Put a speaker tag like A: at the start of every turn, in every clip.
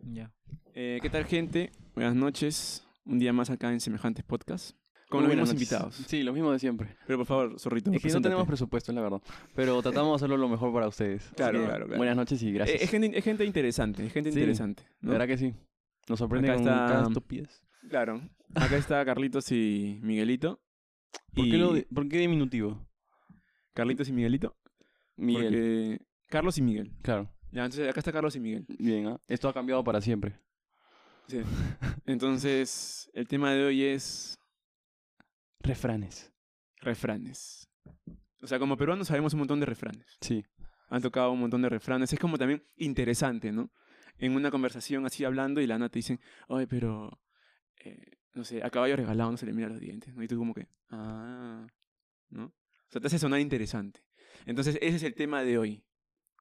A: Ya.
B: Eh, ¿Qué tal, gente? Buenas noches. Un día más acá en semejantes podcasts. Con los
C: Muy
B: mismos
C: buenas noches.
B: invitados.
C: Sí, los mismos de siempre.
B: Pero por favor, zorrito,
C: Es que no
B: preséntate.
C: tenemos presupuesto, la verdad. Pero tratamos de hacerlo lo mejor para ustedes.
B: Claro,
A: Sí.
B: claro, claro.
C: Buenas noches y
B: Eh,
C: gracias.
B: es, gente, es gente interesante, es gente
C: Sí.
B: interesante. ¿no?
C: De verdad que sí. Nos sorprende
B: Acá
C: con
B: está-
C: cada estupidez.
B: Claro. Acá está Carlitos y Miguelito.
C: ¿Por,
B: Y-
C: qué lo di- por qué diminutivo?
B: Carlitos y Miguelito.
C: Miguel.
B: Porque... Carlos y Miguel.
C: Claro.
B: Ya, entonces acá está Carlos y Miguel.
C: Bien, ¿ah? Esto ha cambiado para siempre.
B: Sí. Entonces, el tema de hoy es
C: Refranes.
B: refranes. O sea, como peruanos sabemos un montón de refranes.
C: Sí.
B: Han tocado un montón de refranes. Es como también interesante, ¿no? En una conversación así hablando y la nata te dicen, oye, pero, eh, no sé, a caballo regalado no se le mira los dientes, ¿no? Y tú como que, ah, ¿no? O sea, te hace sonar interesante. Entonces, ese es el tema de hoy.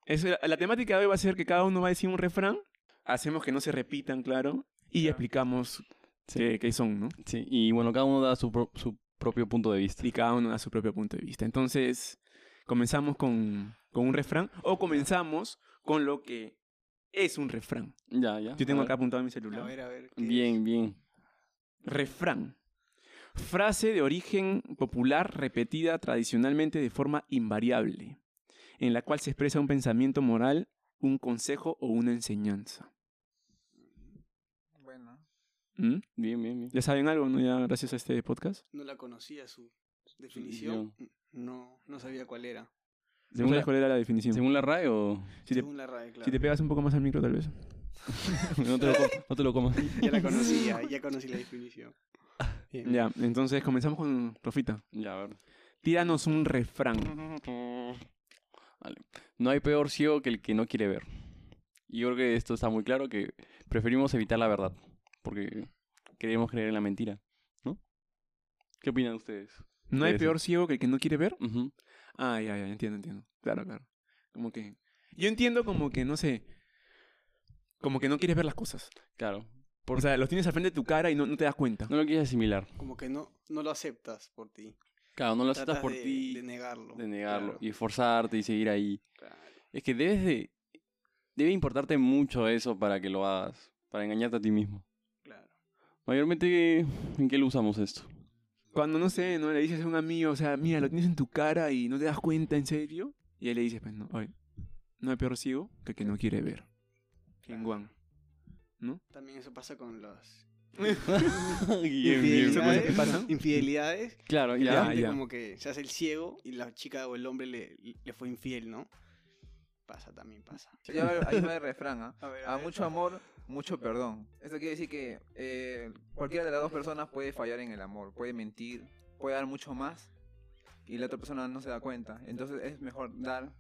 B: Es, la, la temática de hoy va a ser que cada uno va a decir un refrán, hacemos que no se repitan, claro, y explicamos
C: Sí.
B: qué- qué son, ¿no?
C: Sí. Y bueno, cada uno da su, pro- su propio punto de vista.
B: y cada uno da su propio punto de vista. Entonces, comenzamos con, con un refrán o comenzamos con lo que es un refrán.
C: Ya, ya.
B: Yo tengo
C: A
B: acá
C: ver.
B: apuntado en mi
A: A
B: celular.
A: ver, a ver. ¿qué
C: Bien, bien.
B: Refrán. Frase de origen popular repetida tradicionalmente de forma invariable, en la cual se expresa un pensamiento moral, un consejo o una enseñanza.
A: es? Bueno,
B: ¿Mm?
C: Bien, bien, bien.
B: ¿Ya saben algo, no? Ya gracias a este podcast.
A: no la conocía su definición. No, no sabía cuál era.
B: ¿Según
C: Según la,
B: cuál era la definición?
C: según la RAE o...
B: si, te,
A: Según la RAE, claro.
B: si te pegas un poco más al micro, tal vez.
C: no, te lo, com- no te lo comas.
A: Ya la conocía, ya conocí la definición. Em, Bien.
B: Ya, entonces comenzamos con Rofita.
C: Ya, a ver.
B: Tíranos un refrán.
C: Vale. No hay peor ciego que el que no quiere ver. Y yo creo que esto está muy claro que preferimos evitar la verdad. Porque queremos creer en la mentira. ¿No? ¿Qué opinan ustedes?
B: No hay
C: Ese.
B: peor ciego que el que no quiere ver.
C: Ujú.
B: Ah, ya, ya, entiendo, entiendo. Claro, claro. Como que. Yo entiendo como que, no sé. Como que no quieres ver las cosas.
C: Claro.
B: O sea, los tienes al frente de tu cara y no, no te das cuenta.
C: No lo quieres asimilar.
A: Como que no, no lo aceptas por ti.
C: Claro, no lo aceptas
A: Tratas
C: por
A: de-
C: ti.
A: De negarlo.
C: De negarlo.
A: Claro,
C: Y esforzarte y seguir ahí.
A: claro.
C: Es que debes de... Debe importarte mucho eso para que lo hagas. Para engañarte a ti mismo.
A: claro.
C: Mayormente, ¿en qué lo usamos esto?
B: Cuando, no sé, no le dices a un amigo, o sea, mira, lo tienes en tu cara y no te das cuenta, en serio. Y ahí le dices, pues no, oye, no hay peor ciego que el que no quiere ver. En Guam.
A: También eso pasa con las
C: Bien, bien.
B: ¿Eso cosas que
A: infidelidades.
B: pasan?
A: infidelidades
C: Claro,
A: Y la
B: Ya,
C: ya.
A: gente
B: ya.
A: como que se hace el ciego y la chica o el hombre le, le fue infiel, ¿no? Pasa también, pasa.
D: Ya va- ahí va el refrán, ¿ah?
A: ver,
D: A mucho amor, mucho perdón. Esto quiere decir que eh, cualquiera de las dos personas puede fallar en el amor, puede mentir, puede dar mucho más y la otra persona no se da cuenta. Entonces es mejor dar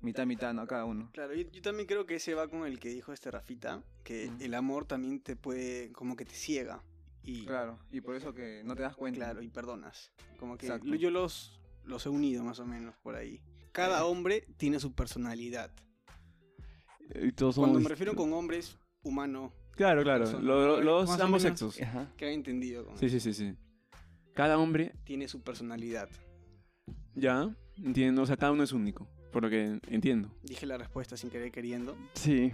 D: mitad, mitad ¿no? a cada uno.
A: Claro, yo, yo también creo que ese va con el que dijo este Rafita, que
D: Ujú.
A: el amor también te puede, como que te ciega. Y, claro,
D: Claro, y por eso que no te das cuenta.
A: y perdonas. Como que
D: Exacto.
A: lo- yo los, los he unido más o menos por ahí.
D: Eh.
A: Cada hombre tiene su personalidad.
B: Eh,
C: Y todos somos
A: Cuando me
C: dist-
A: refiero con hombres, humano,
B: Claro, claro.
A: Son-
B: lo- lo- los
A: Más o
B: ambos
A: menos.
B: sexos.
C: Ajá.
A: que han entendido, como
B: Sí, sí, sí, sí. Cada hombre,
A: tiene su personalidad.
B: ya, entiendo. O sea, cada uno es único. Por lo que entiendo.
A: Dije la respuesta sin querer queriendo.
C: Sí.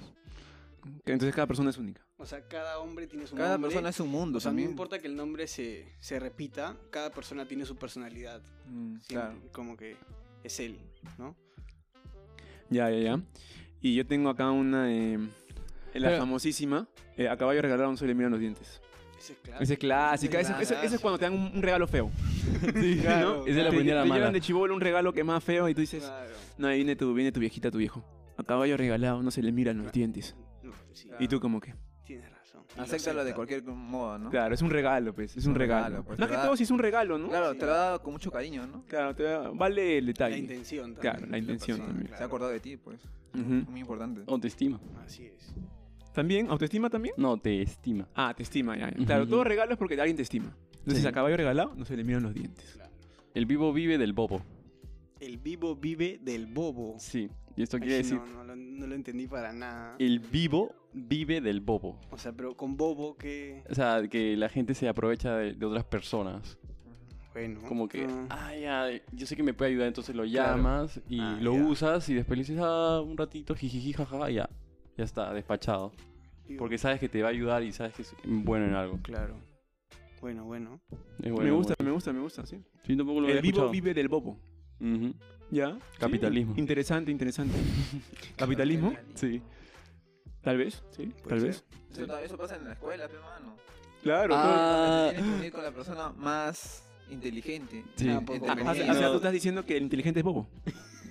B: Entonces cada persona es única.
A: O sea, cada hombre tiene su
D: Cada
A: nombre.
D: persona es un mundo
A: O sea, no
D: también.
A: importa que el nombre se, se repita, cada persona tiene su personalidad.
B: Mm,
A: Sí,
D: Claro.
A: Como que es él, ¿no?
B: Ya, ya, ya. Y yo tengo acá una, eh, la
C: Pero-
B: famosísima, eh, a caballo regalado no se le miran los dientes.
A: Ese es claro.
B: Esa es clásica, esa, esa- esa es cuando te dan un, un regalo feo. Sí,
A: claro.
C: Esa es la
B: Te, te
C: primera mala.
B: llevan de chivolo un regalo que es más feo y tú dices, no, ahí viene tu, viene tu viejita, tu viejo. A caballo regalado no se le miran los
A: Claro.
B: dientes.
A: No, sí,
B: Y tú como que...
A: Tienes razón. Y lo
D: Acéptalo de
A: acepta.
D: cualquier modo, ¿no?
B: Claro, es un regalo, pues. Es un regalo.
D: pues,
B: más
D: te
B: que
D: da-
B: todo si es un regalo, ¿no?
D: Claro,
A: Sí.
D: te lo ha dado con mucho cariño, ¿no?
B: Claro, te da- vale el
A: La
B: detalle.
A: intención también.
B: Claro, la
A: de
B: intención
A: persona,
B: también.
D: Se ha acordado de ti, pues.
B: Ujú.
D: Muy importante.
C: Autoestima.
A: Así es.
B: También, ¿autoestima también?
C: No, te estima.
B: Ah, te estima, ya. ya.
C: Ujú.
B: Claro, todo regalo es porque alguien te estima. Entonces,
C: Sí.
B: a caballo regalado no se le miran los dientes.
A: Claro.
C: El vivo vive del bobo.
A: El vivo vive del bobo.
C: Sí. Y esto
A: Ay,
C: quiere
A: sí,
C: decir...
A: No, no lo, no lo entendí para nada.
C: El vivo vive del bobo.
A: O sea, pero con bobo que.
C: O sea, que la gente se aprovecha de, de otras personas.
A: Bueno.
C: Como que,
A: ah,
C: ay, ay, yo sé que me puede ayudar, entonces lo
B: Claro.
C: llamas y
A: Ah,
C: lo
A: ya.
C: usas y después le dices, ah, un ratito, jijiji, jaja, y ya. Ya está, despachado.
A: Digo,
C: Porque sabes que te va a ayudar y sabes que es bueno en algo.
A: Claro. Bueno, bueno.
C: Es bueno,
B: me gusta, me
C: bueno.
B: gusta, me gusta, sí.
C: Sí, tampoco lo
B: El
C: había
B: vivo
C: escuchado.
B: vive del bobo.
C: Ujú.
B: ¿Ya?
C: Capitalismo.
B: Sí, Interesante, interesante. Capitalismo,
C: Sí.
B: tal vez, sí, tal
A: ser.
B: vez.
D: Eso, ta- eso pasa en la escuela, pe mano.
B: Claro, todo-
C: Ah,
D: Tienes que unir con la persona más inteligente.
C: Sí.
D: Ah, poco.
B: Ah, o sea, o sea, tú estás diciendo que el inteligente es bobo.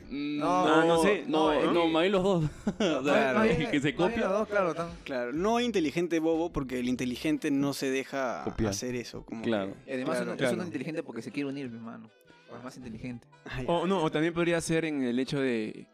C: no,
D: Ah,
B: no sé,
C: No,
D: no,
C: no,
D: ¿eh?
C: más bien los dos. O sea,
A: Claro.
D: Más bien-
C: que se
D: más bien
C: copia.
D: los dos, claro, tan-
A: Claro. No inteligente bobo, porque el inteligente no se deja
C: Copiar.
A: hacer eso. Como
C: Claro.
A: que-
D: Y además
A: Claro,
D: uno, es
A: claro. Ah,
D: uno inteligente porque se quiere unir, hermano. Es más inteligente.
A: Ay,
B: O Oh, no, o también podría ser en el hecho de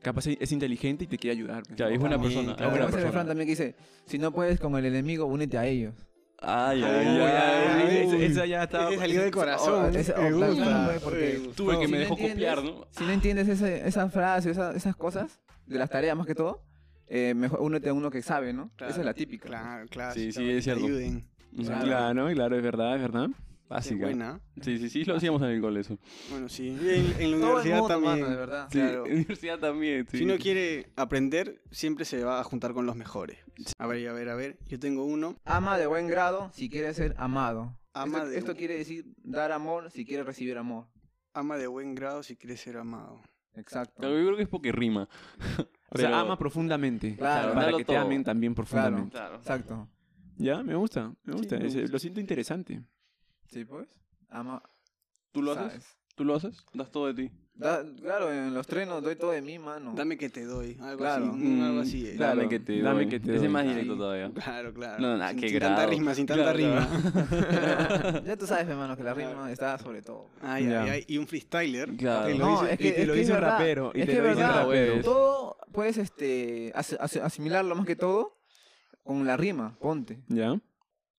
B: capaz e, es inteligente y te quiere ayudar. pues,
C: Ya,
B: ¿no?
C: es buena
A: También,
C: persona.
A: claro.
C: Es buena
D: Además el refrán
C: persona.
D: también que dice, si no puedes con el enemigo, únete a ellos.
C: Ay,
A: Uy,
C: ay,
B: Uy,
C: ay,
B: ay,
C: uy.
B: esa- esa ya estaba.
A: Ese salió del corazón.
D: ese-
A: me
D: oh, claro,
A: gusta.
D: güey, porque-
A: me gusta.
C: Tuve
D: No,
C: que
D: si
C: me
D: no
C: dejó
D: entiendes-
C: copiar, ¿no?
D: Si no entiendes ese- esa frase, esa- esas cosas, de las tareas más que todo, eh, mejor únete a uno que sabe, ¿no?
A: Claro.
D: Esa es la típica.
A: Claro, claro.
C: Sí, sí,
A: claro,
C: es cierto.
A: Ayuden.
C: Ujú.
D: Claro.
B: Claro, claro, es verdad, es verdad.
A: Qué
C: Básica.
A: buena.
C: Sí, sí, sí, lo hacíamos en el cole eso.
A: Bueno, sí. En, en la
D: Todo el
A: universidad
D: mundo,
A: también.
D: mano, de verdad.
C: Sí,
A: Claro.
C: en universidad también. sí.
A: Si uno quiere aprender, siempre se va a juntar con los mejores. A ver, a ver, a ver. Yo tengo uno.
D: Ama de buen grado si quieres ser amado.
A: Ama
D: esto,
A: de-
D: esto quiere decir dar amor si quieres recibir amor.
A: Ama de buen grado si quiere ser amado.
D: Exacto.
C: Claro, Yo creo que es porque rima.
B: O sea,
C: Pero-
B: ama profundamente.
D: Claro,
B: para
C: dalo
B: que te
C: todo.
B: amen también profundamente.
C: Claro.
D: Exacto.
B: Ya, me gusta, me
C: Sí,
B: gusta.
C: me
B: ese-
C: gusta.
B: Lo siento interesante.
D: Sí, pues. Ama.
C: ¿Tú lo haces?
D: sabes.
C: ¿Tú lo haces? Das todo de ti.
D: Da- claro, en los trenos doy todo de mí, mano.
A: Dame que te doy. Algo
D: Claro.
A: así. un- Algo
C: Mm,
A: así. eh.
B: claro.
C: Dame que te
B: Dame
C: doy.
B: que te
C: Ese
B: doy.
C: es más
A: Sí.
C: directo todavía.
A: Claro, claro.
C: No, nada,
A: sin,
C: qué
A: sin tanta
C: grado.
A: rima, sin tanta
C: Claro,
A: rima.
D: ya tú sabes, hermano, que la rima está sobre todo.
A: Ay,
B: Ya.
A: ay, ay, Y un freestyler.
C: Claro.
A: Te lo
D: No,
A: dice-
D: es que-
B: y te lo
D: es que
B: dice
D: es
B: un
D: verdad.
B: rapero. Y
D: Es
B: te
D: que
B: lo
D: es
B: dice un
D: verdad,
B: rapero.
C: güey.
D: Todo puedes este, as- as- asimilarlo más que todo con la rima, ponte.
B: ¿Ya?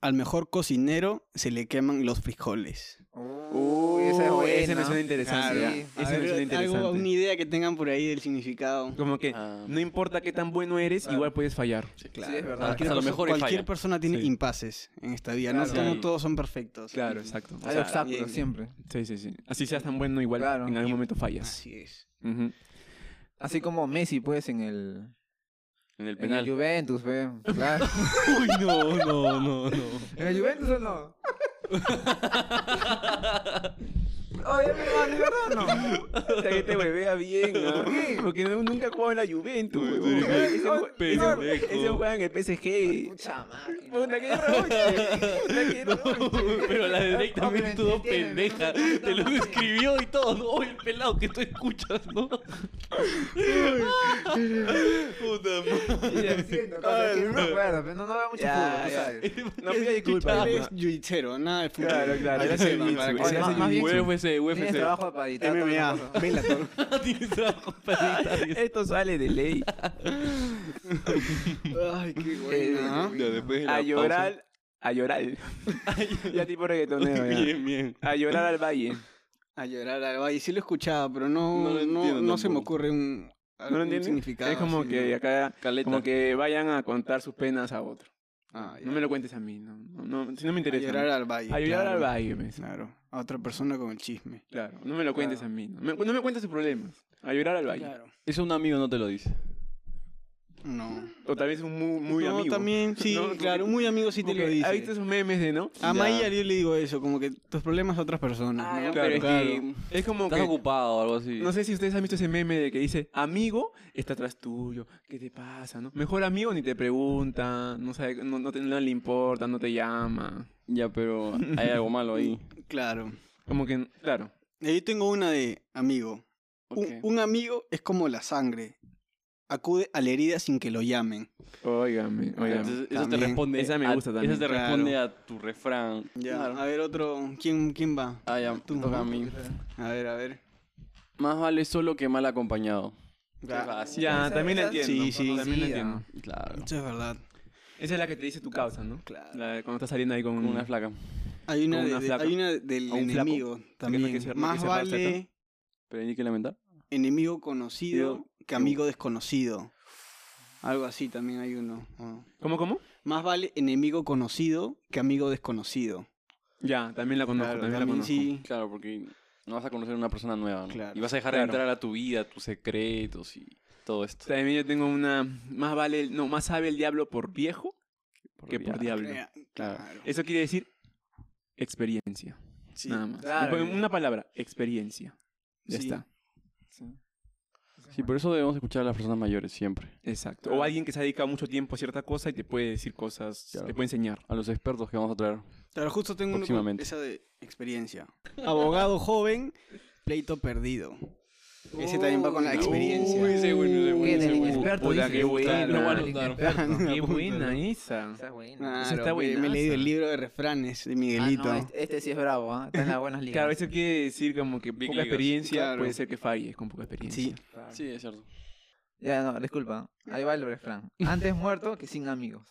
A: Al mejor cocinero se le queman los frijoles.
D: Uy, esa es buena.
B: Ese me suena interesante.
A: Claro.
B: ya.
C: Ah,
D: sí.
A: A
B: Ese me
A: ver,
B: suena
A: algo-
B: interesante.
A: una idea que tengan por ahí del significado.
B: Como que
C: Ah.
B: no importa qué tan bueno eres,
D: Claro.
B: igual puedes fallar.
D: Sí, es verdad.
C: Hasta lo
A: perso-
C: mejor es
A: cualquier
C: falla.
A: persona tiene
B: Sí.
A: impases en esta vida. No,
D: Claro.
A: no
C: Sí.
A: todos son perfectos.
B: Claro, exacto. O
D: Hay
B: sea,
D: obstáculos
A: bien.
D: siempre.
B: sí, sí, sí. Así seas tan bueno, igual
D: Claro.
B: en algún momento fallas.
A: Así es.
B: Ujú.
D: Así como Messi, pues, en el,
C: En el
D: en el
C: penal.
D: Juventus, ve. Claro.
B: Uy, no, no, no, no.
D: ¿En el Juventus o no? Oye, mi hermano, ¿es verdad o no?
B: O sea, que te huevea bien, ¿ah? Porque no- nunca ha jugado en la Juventus,
C: Uy,
B: huevón.
C: tú eres
B: Ese jue-
C: pendejo.
B: ese- Ese juega en el PSG.
D: Pucha madre.
B: Puta, qué roche. Puta, qué roche.
C: Pero la de Drake también
D: Hombre,
C: estuvo
D: entienden,
C: pendeja.
D: no se
C: Te lo
D: entienden.
C: escribió y todo. ¿no? Oye, el pelado que tú escuchas, ¿no? Puta madre.
D: Lo siento, cosa que no me acuerdo, pero pues, no, no veo mucho
A: Ya,
D: fútbol, tú
A: ya.
D: sabes.
C: Este
B: No pida disculpas.
A: Él es jiu nada de fútbol.
B: Claro, claro,
A: Para
B: él
A: que
B: hace
A: sepan,
B: jiu-jitsu,
A: para que
B: él
A: sepan.
D: hace
A: Más bien,
C: UFC,
D: Tienes
C: UFC.
D: trabajo para editar. toda la
A: MMA,
D: cosa.
A: Bellator.
C: Tienes trabajo para editar y eso.
B: Esto sale de ley.
A: Ay, qué
D: buena,
A: buena.
D: ¿ah?
C: Ya, después de la
B: A
C: pausa.
B: llorar. A llorar. Ya tipo reggaetoneo. ya.
C: Bien, bien.
B: A llorar al valle.
A: A llorar al valle. Sí lo escuchaba, pero
C: No
A: no,
C: lo
A: no, no,
C: entiendo
A: se me
C: tampoco.
A: ocurre un,
B: ¿No lo
A: algún
B: entiendes?
A: significado.
B: Es como
A: así,
B: que
A: ¿no?
B: acá,
C: Caleta.
B: como que vayan a contar sus penas a otro.
A: Ah, ya.
B: No me lo cuentes a mí, no, no, no, si no me
A: A
B: interesa.
A: llorar al valle.
B: A llorar
A: claro.
B: al valle, me dice.
A: Claro. A otra persona con el chisme.
B: Claro, no me lo cuentes a mí. No me, no me cuentes tus problemas. A llorar al valle.
C: Eso un amigo no te lo dice.
A: No.
B: O tal vez un muy, muy
A: no,
B: amigo.
A: también, sí,
B: No,
A: claro.
B: porque-
A: Muy amigo sí te
B: Porque
A: lo dice. Ah,
B: ¿Has visto esos memes de no?
A: A
C: Ya.
A: Maya yo le digo eso, como que tus problemas a otras personas.
C: Ah,
A: ¿no?
C: ya,
B: pero es
A: claro.
C: que-
B: Es como
C: Estás
B: que...
C: ocupado o algo así.
B: No sé si ustedes han visto ese meme de que dice, amigo está atrás tuyo, ¿qué te pasa? No? Mejor amigo ni te pregunta, no, sabe, no, no te- no le importa, no te llama.
C: Ya, pero hay algo malo ahí.
A: Claro.
B: Como que, claro.
A: Eh, Yo tengo una de amigo. Un-
C: Ok.
A: Un, amigo es como la sangre. Acude a la herida sin que lo llamen.
B: Óigame, óigame.
C: Entonces, eso te
A: También.
C: responde.
B: Esa me
C: a-
B: gusta también.
C: Eso te
A: Claro.
C: responde a tu refrán.
A: Ya,
C: Claro.
A: a ver otro. ¿Quién, quién va?
C: Ah, ya,
A: Tú.
C: toca a mí.
A: A ver, a ver.
C: Más vale solo que mal acompañado.
A: Ya.
C: fácil.
B: Ya,
D: Esa-
B: también la
D: esa-
B: entiendo.
A: Sí, sí.
B: También la
D: Sí,
B: entiendo.
C: Claro.
A: Eso es verdad.
B: Esa es la que te dice tu causa, ¿no?
A: Claro.
B: La de cuando estás saliendo ahí con
C: Como Mm. una flaca.
A: Hay una,
B: Con
A: de-
B: una
A: de-
B: flaca.
A: hay una del
B: O un flaco.
A: enemigo también.
B: se- no
A: Más
B: que se
A: vale
B: falta,
C: Pero hay que lamentar.
A: enemigo conocido
C: Yo-
A: que amigo desconocido. Algo así también hay uno. Ah.
B: ¿Cómo, cómo?
A: Más vale enemigo conocido que amigo desconocido.
B: Ya, también la conozco,
A: Claro,
B: también, la conozco.
A: sí.
C: Claro, porque no vas a conocer a una persona nueva, ¿no?
A: Claro.
C: Y vas a dejar de
B: Claro.
C: entrar a tu vida, tus secretos y todo esto.
B: También yo tengo una, más vale, el- no, más sabe el diablo por viejo que por
C: diablo.
B: diablo.
A: Crea-
C: Claro.
A: Claro. Eh,
B: Eso quiere decir experiencia.
A: Sí,
B: nada más.
D: claro.
B: En Una palabra, experiencia. Ya
A: sí.
B: está.
C: Sí, por eso debemos escuchar a las personas mayores siempre.
B: Exacto. O
D: Claro.
B: alguien que se ha dedicado mucho tiempo a cierta cosa y te puede decir cosas,
C: Claro.
B: te puede enseñar.
C: A los expertos que vamos a traer.
A: Claro, justo tengo una
C: Próximamente.
A: esa de experiencia. Abogado joven, pleito perdido. Ese también va con la
D: Uy,
A: experiencia.
E: Uy, ese bueno, ese bueno,
D: Qué
E: ese
D: del
E: bueno.
D: experto,
B: Puta,
D: dices.
B: qué buena.
E: Lo voy a anotar.
B: Qué buena esa.
D: Esa es buena.
A: Claro,
B: Esa está
A: me- me he
B: buenaza.
A: leído el libro de refranes de
D: Ah, no,
A: Miguelito.
D: este, este sí es bravo, ¿ah? Está en las buenas ligas.
B: Claro, eso quiere decir como que
E: Big
B: poca
E: Ligas.
B: experiencia
A: Claro.
B: puede ser que falles con poca experiencia.
A: Sí.
D: Claro.
C: Sí, es cierto.
D: Ya, no, disculpa. Ahí va el refrán. Antes muerto que sin amigos.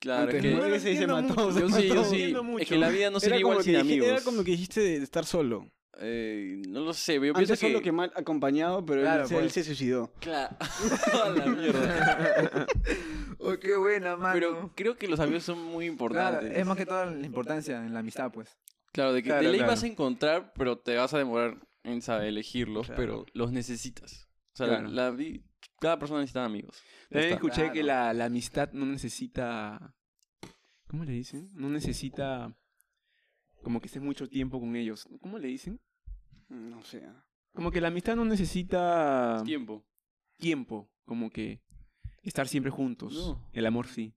C: Claro,
A: Antes
C: es que.
A: muere que se dice
B: entiendo
A: mató, se
C: Yo sí, yo
A: mató.
C: sí.
B: Entiendo mucho.
C: Es que la vida no sería
A: Era como
C: igual
A: que
C: sin
A: dij-
C: amigos.
A: Era como que dijiste de estar solo.
C: Eh, no lo sé, yo
A: Antes
C: pienso
A: solo
C: que...
A: que mal acompañado, pero él
D: Claro,
A: se- él,
D: pues.
A: se suicidó.
C: Claro. A la mierda.
D: Oh, qué buena, mano.
C: Pero creo que los amigos son muy
D: claro,
C: importantes.
D: es más que toda la importancia en la amistad, pues.
C: Claro, de que
B: Claro,
C: te ley
B: claro.
C: vas a encontrar, pero te vas a demorar en saber elegirlos,
A: Claro.
C: pero los necesitas. O sea,
B: Claro.
C: la vi- cada persona necesita amigos. Ya
B: También
C: está.
B: escuché que
D: Claro.
B: la, la amistad no necesita. ¿Cómo le dicen? No necesita. Como que estés mucho tiempo con ellos. ¿Cómo le dicen?
A: No sé. ah.
B: Como que la amistad no necesita
C: Tiempo.
B: tiempo. Como que estar siempre juntos.
C: No.
B: El amor sí.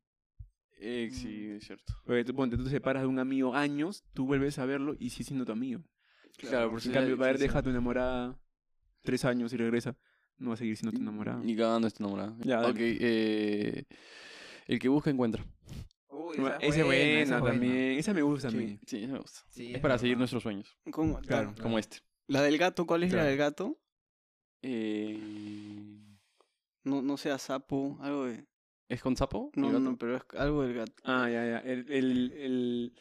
C: Eh, sí, es cierto.
B: Porque tú, ponte, tú te separas de un amigo años, tú vuelves a verlo y sigue siendo tu amigo.
C: Claro, por
B: en
C: si
B: cambio, va a haber dejado a tu enamorada tres años y regresa, no va a seguir siendo tu enamorada.
C: Ni cagando está enamorado.
B: Ya, dale.
C: ok, eh, el que busca encuentra.
D: Uy,
B: Bueno,
D: esa es
B: Esa es
D: buena,
B: buena
D: esa es buena.
B: también. Esa me gusta a
A: Sí. Ah.
B: mí.
C: Sí, eso me gusta. es
D: Sí,
C: para
D: verdad.
C: seguir nuestros sueños,
A: ¿Cómo?
B: Claro.
C: como este.
A: La del gato, ¿cuál es
B: Claro.
A: la del gato?
C: Eh,
A: No, no sea sapo, algo de.
C: ¿Es con sapo? el
A: No,
C: gato?
A: no, pero es algo del gato.
B: Ah, ya, ya. El, el, el-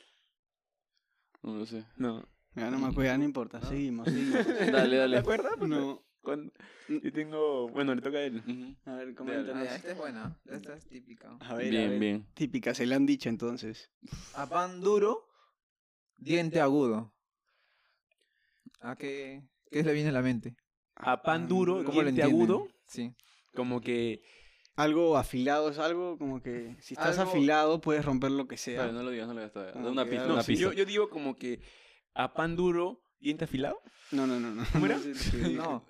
C: No lo sé.
B: No.
A: Ya no me acuerdo, ya no importa. Seguimos, seguimos.
C: Dale,
B: ¿Te
C: dale.
B: acuerdas?
A: No.
B: Cuando-
D: Mm.
B: Yo tengo... Bueno, le toca a él.
C: Ujú.
A: A ver,
D: Ah,
A: coméntanos.
D: ya, esta es buena. Esta es típica.
A: A ver, a
C: Bien,
A: ver.
C: bien.
A: Típica, se le han dicho entonces.
D: A pan duro, diente agudo. ¿A qué, qué le viene a la mente?
B: A
A: Ah,
B: pan duro,
D: ¿Cómo lo
B: diente
D: entienden?
B: agudo,
D: Sí.
B: como que...
A: Algo afilado es algo como que si estás
D: Algo-
A: afilado pueles romper lo que sea.
C: Dale, no lo digas, no lo digas todavía.
A: Ah,
C: Da una
A: ok,
C: pista,
A: dale.
C: una
B: No, sí,
C: pista.
B: yo, yo digo como que a pan duro, diente afilado.
A: No, no, no, no.
B: ¿Cómo era?
A: No sé lo que dije.
D: No.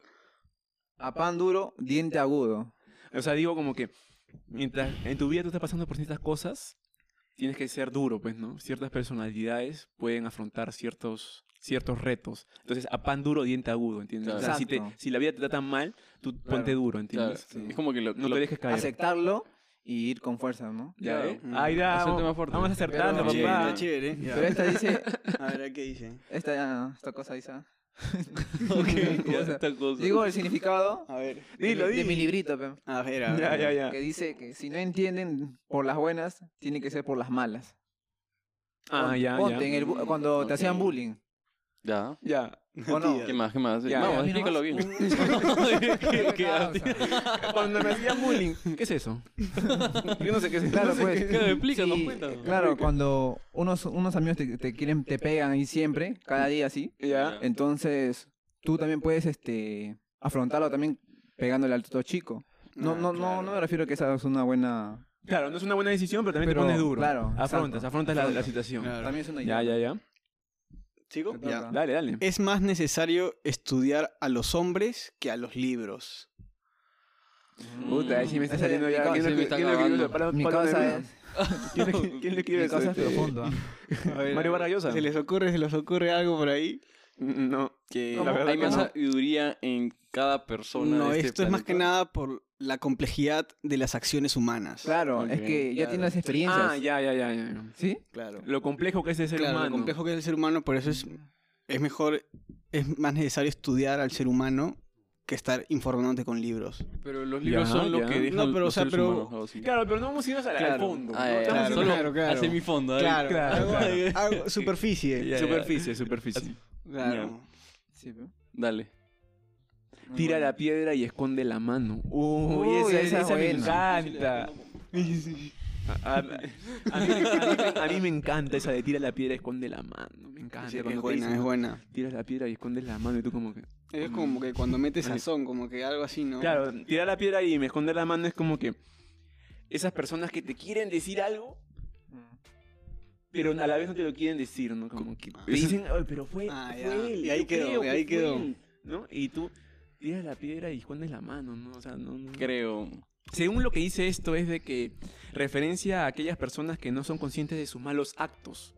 D: A pan duro, diente agudo.
B: O sea, digo como que mientras en tu vida tú estás pasando por ciertas cosas, tienes que ser duro, pues, ¿no? Ciertas personalidades pueden afrontar ciertos ciertos retos. Entonces, a pan duro, diente agudo, ¿entiendes?
C: Claro.
B: O sea, si, te-
D: Exacto.
B: si la vida te trata mal, tú
D: Claro.
B: ponte duro,
C: Claro,
B: ¿entiendes?
C: Es como que lo,
B: No
C: lo-
B: te dejes caer.
D: Aceptarlo y ir con fuerza, ¿no?
B: Ya,
C: Claro.
B: ¿eh?
A: Mm.
B: Ahí da,
C: Es el tema
B: vamos,
C: fuerte.
B: vamos acertando,
A: Está chévere,
B: papá.
A: está chévere. Ya.
D: Pero esta dice,
A: A ver, ¿a ¿qué dice?
D: esta, esta cosa dice. ah.
C: ¿Cómo
D: O
C: es
D: sea,
C: esta cosa?
D: Digo el significado
A: A ver.
B: Dilo,
D: de, mi- de mi
B: dilo.
D: librito, pe,
A: A ver, a ver.
B: Ya, ya, ya.
D: que dice que si no entienden por las buenas, tiene que ser por las malas.
B: Ah,
D: Pon-
B: ya,
D: ponte en
B: ya.
D: el bu- cuando te hacían
C: Ok.
D: bullying.
C: Ya.
B: Ya.
D: ¿O no?
C: ¿Qué más? ¿Qué más?
B: Ya,
C: Vamos,
D: ya,
C: explícalo bien.
D: ¿Qué- qué
B: Ah,
D: haces?
B: Cuando me hacían bullying. ¿Qué es eso? Yo no sé qué es eso.
D: Claro,
B: No sé
D: pues.
B: qué-
C: Claro, explícanos,
D: Sí,
C: cuéntanos.
D: Claro, cuando unos, unos amigos te, te quieren, te pegan ahí siempre, cada día así.
B: Ya.
D: Entonces, tú también puedes este afrontarlo también pegándole al otro chico. No,
A: Ah,
D: no,
A: claro.
D: no, no me refiero que esa es una buena.
B: Claro, no es una buena decisión, pero también
D: Pero,
B: te pones duro.
D: claro,
B: Afrontas,
D: exacto.
B: afrontas la, la
D: Afrontas.
B: situación.
A: Claro.
D: También es una
B: Ya, ya, ya.
A: ¿Sigo?
D: Te
A: Ya.
D: toca.
B: Dale, dale.
A: Es más necesario estudiar a los hombres que a los libros.
B: Puta,
C: Mm.
B: ahí sí me está
D: Ese-
B: saliendo
D: mi
B: ya.
D: causa-
B: ¿Quién
C: sí
B: lo
C: me
B: escri-
C: está
B: quién lo escribió?
C: acabando.
B: Palo-
D: Mi
B: Palo
D: causa
B: Neruda.
D: es,
B: ¿Quién le- ¿Quién le escribe
D: mi
B: eso?
D: causa es
B: Este,
D: profundo. ah.
B: Mario Vargallosa.
A: ¿Se les ocurre, se les ocurre algo por ahí?
B: No.
C: Que
D: ¿Cómo?
C: hay más
D: ¿Cómo?
C: sabiduría en cada persona.
A: No,
C: de este
A: esto es más que
C: planeta.
A: nada por la complejidad de las acciones humanas.
D: Claro,
C: Ok,
D: es que ya
A: claro.
D: tienes experiencias.
B: Ah, ya, ya, ya, ya.
D: ¿Sí?
A: claro.
B: Lo complejo que es el ser
A: Claro,
B: humano. Mm.
A: lo complejo que es el ser humano, por eso es, es mejor, es más necesario estudiar al ser humano que estar informándote con libros.
C: Pero los libros
B: Ya,
C: son lo
B: ya.
C: que dejan
A: No, pero, o
C: los
A: sea,
C: seres
A: pero-
C: humanos, algo así.
B: Claro, pero no hemos ido al, al
A: Claro.
B: fondo.
C: Ah,
B: No
C: ya,
B: estamos
C: ya.
A: claro,
B: haciendo-
C: Solo
A: claro, claro.
C: hacia mi fondo. dale.
B: claro,
A: algo-
B: claro.
A: algo- superficie.
C: Ya, ya.
B: Superficie, superficie.
A: Claro.
D: Sí, pe.
C: Dale.
D: Muy
B: Tira
D: bueno.
B: la piedra y esconde la mano. Uy,
D: Uy,
B: esa, esa,
D: esa es
B: me
D: buena.
B: encanta. A, a- a mí, a mí- a mí me encanta esa de tira la piedra y esconde la mano. Me encanta.
A: Sí,
B: cuando
A: es
B: te
A: buena,
B: dicen,
A: es buena.
B: Tiras la piedra y escondes la mano y tú como que...
A: Es como que cuando metes sazón, como que algo así, ¿no?
B: Claro, tirar la piedra y me esconder la mano es como que esas personas que te quieren decir algo, pero a la vez no te lo quieren decir, ¿no? Como que te
C: Eso-
B: dicen, "Ay, pero fue,
A: Ah,
B: fue
A: ya.
B: él.
A: Y ahí
B: yo
A: quedó,
B: creo
A: y
B: que
A: ahí
B: fue
A: quedó.
B: él", ¿no? Y tú tiras la piedra y escondes la mano, ¿no? O sea, no- no-
C: Creo.
B: Según lo que dice esto es de que referencia a aquellas personas que no son conscientes de sus malos actos,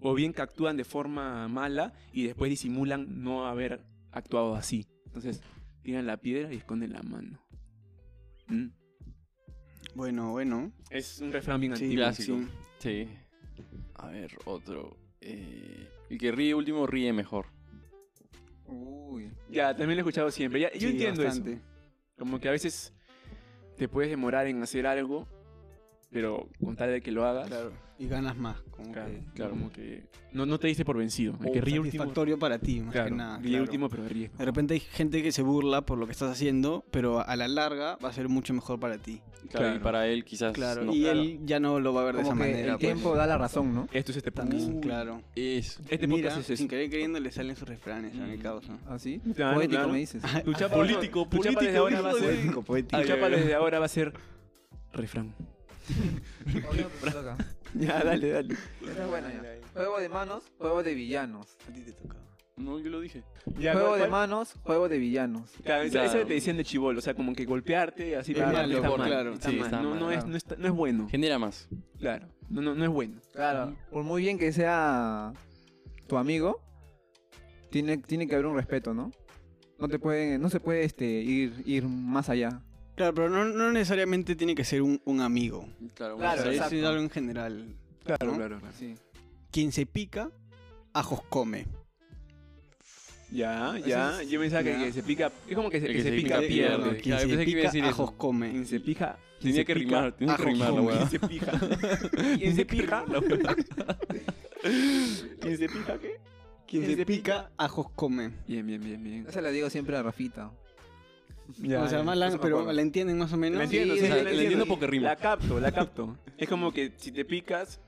B: o bien que actúan de forma mala y después disimulan no haber actuado así. Entonces, tiran la piedra y esconden la mano. Mm.
A: Bueno, bueno.
B: Es un refrán bien
A: Sí,
B: antiguo.
C: clásico.
A: sí.
C: Sí. A ver, otro. Eh, el que ríe último ríe mejor.
D: Uy.
B: Ya, también lo he escuchado siempre. Ya, yo
A: Sí,
B: entiendo
A: bastante.
B: eso. Como que a veces te puedes demorar en hacer algo, pero con tal de que lo hagas,
A: Claro. Y ganas más. Como
B: claro,
A: que-
B: claro, como que no, no te diste por vencido. El
A: o
B: que ríe último,
A: satisfactorio para ti, más
B: claro,
A: que nada.
B: ríe
A: claro.
B: último, pero ríe.
A: De repente hay gente que se burla por lo que estás haciendo, pero a la larga va a ser mucho mejor para ti.
C: Claro, Y
B: Claro.
C: para él quizás.
A: Claro.
C: no.
A: y él ya no lo va a ver de esa
D: Como que
A: manera.
D: el
A: pues.
D: tiempo da la razón, ¿no?
B: Esto es este
A: También,
B: podcast.
A: claro.
C: Eso.
B: Este
A: Mira,
B: podcast es
A: sin
B: eso.
A: querer queriendo le salen sus refranes a mi
C: Mm.
A: causa.
D: ¿Así?
B: Claro,
D: Poético
B: claro.
D: me dices.
B: Tu chapa, Ah, político, tu chapa desde ahora va a ser,
A: Poético, poético.
B: tu chapa desde ahora va a ser refrán. Ya, dale, dale.
D: Esa es buena, ya. Juego de manos, juego de villanos.
A: A ti te tocaba.
C: No, yo lo dije.
B: Ya,
D: juego
B: ¿cuál-
D: de
B: cuál?
D: manos, juego de villanos.
B: Claro, esa,
C: Ya.
B: esa te decían de chivolo, o sea, como que golpearte así
A: Es
B: para
A: malo,
B: está mal,
A: claro.
B: está
C: Sí,
B: mal.
C: está
B: no,
C: mal,
B: no, es,
D: claro.
B: no, está- no es bueno.
C: Genera más.
B: Claro, no, no, no es bueno.
D: Claro. Por muy bien que sea tu amigo, tiene, tiene que haber un respeto, ¿no? No te puede, no se puede este, ir, ir más allá.
A: Claro, pero no, no necesariamente tiene que ser un, un amigo.
C: Claro,
D: Claro,
C: sí.
A: O sea, eso es
D: exacto.
A: algo en general.
B: Claro,
A: ¿no?
B: claro, claro.
D: Sí.
A: Quien se pica, ajos come.
B: Ya, ya. Yo pensaba que,
A: Ya.
B: que se pica. Es como que se,
C: El
B: que se pica,
A: Quien se-
B: pierde.
A: no, no,
C: Ya,
A: Quien
C: pensé que
A: se
C: iba a
A: pica,
C: decir eso.
A: ajos come.
B: Quien se pica. quien
C: Tenía
B: se
C: que
B: pica,
C: rimar. Tenía que
A: ajo,
C: rimar la
A: ajo.
C: weá.
B: Quien se pija. Quien se pija. Quien se pija, ¿qué?
A: Quien se pica, ajos come.
B: Bien, bien, bien, bien.
D: Esa la digo siempre a Rafita.
B: Ya,
A: o sea,
B: ya.
A: más la-
B: Eso me
A: pero
B: acuerdo.
A: la entienden más o menos.
B: La entiendo,
A: Sí,
B: sí,
A: la-
B: la
A: la
B: entiendo.
A: entiendo.
C: porque rima.
B: La capto, la capto. es como que si te picas,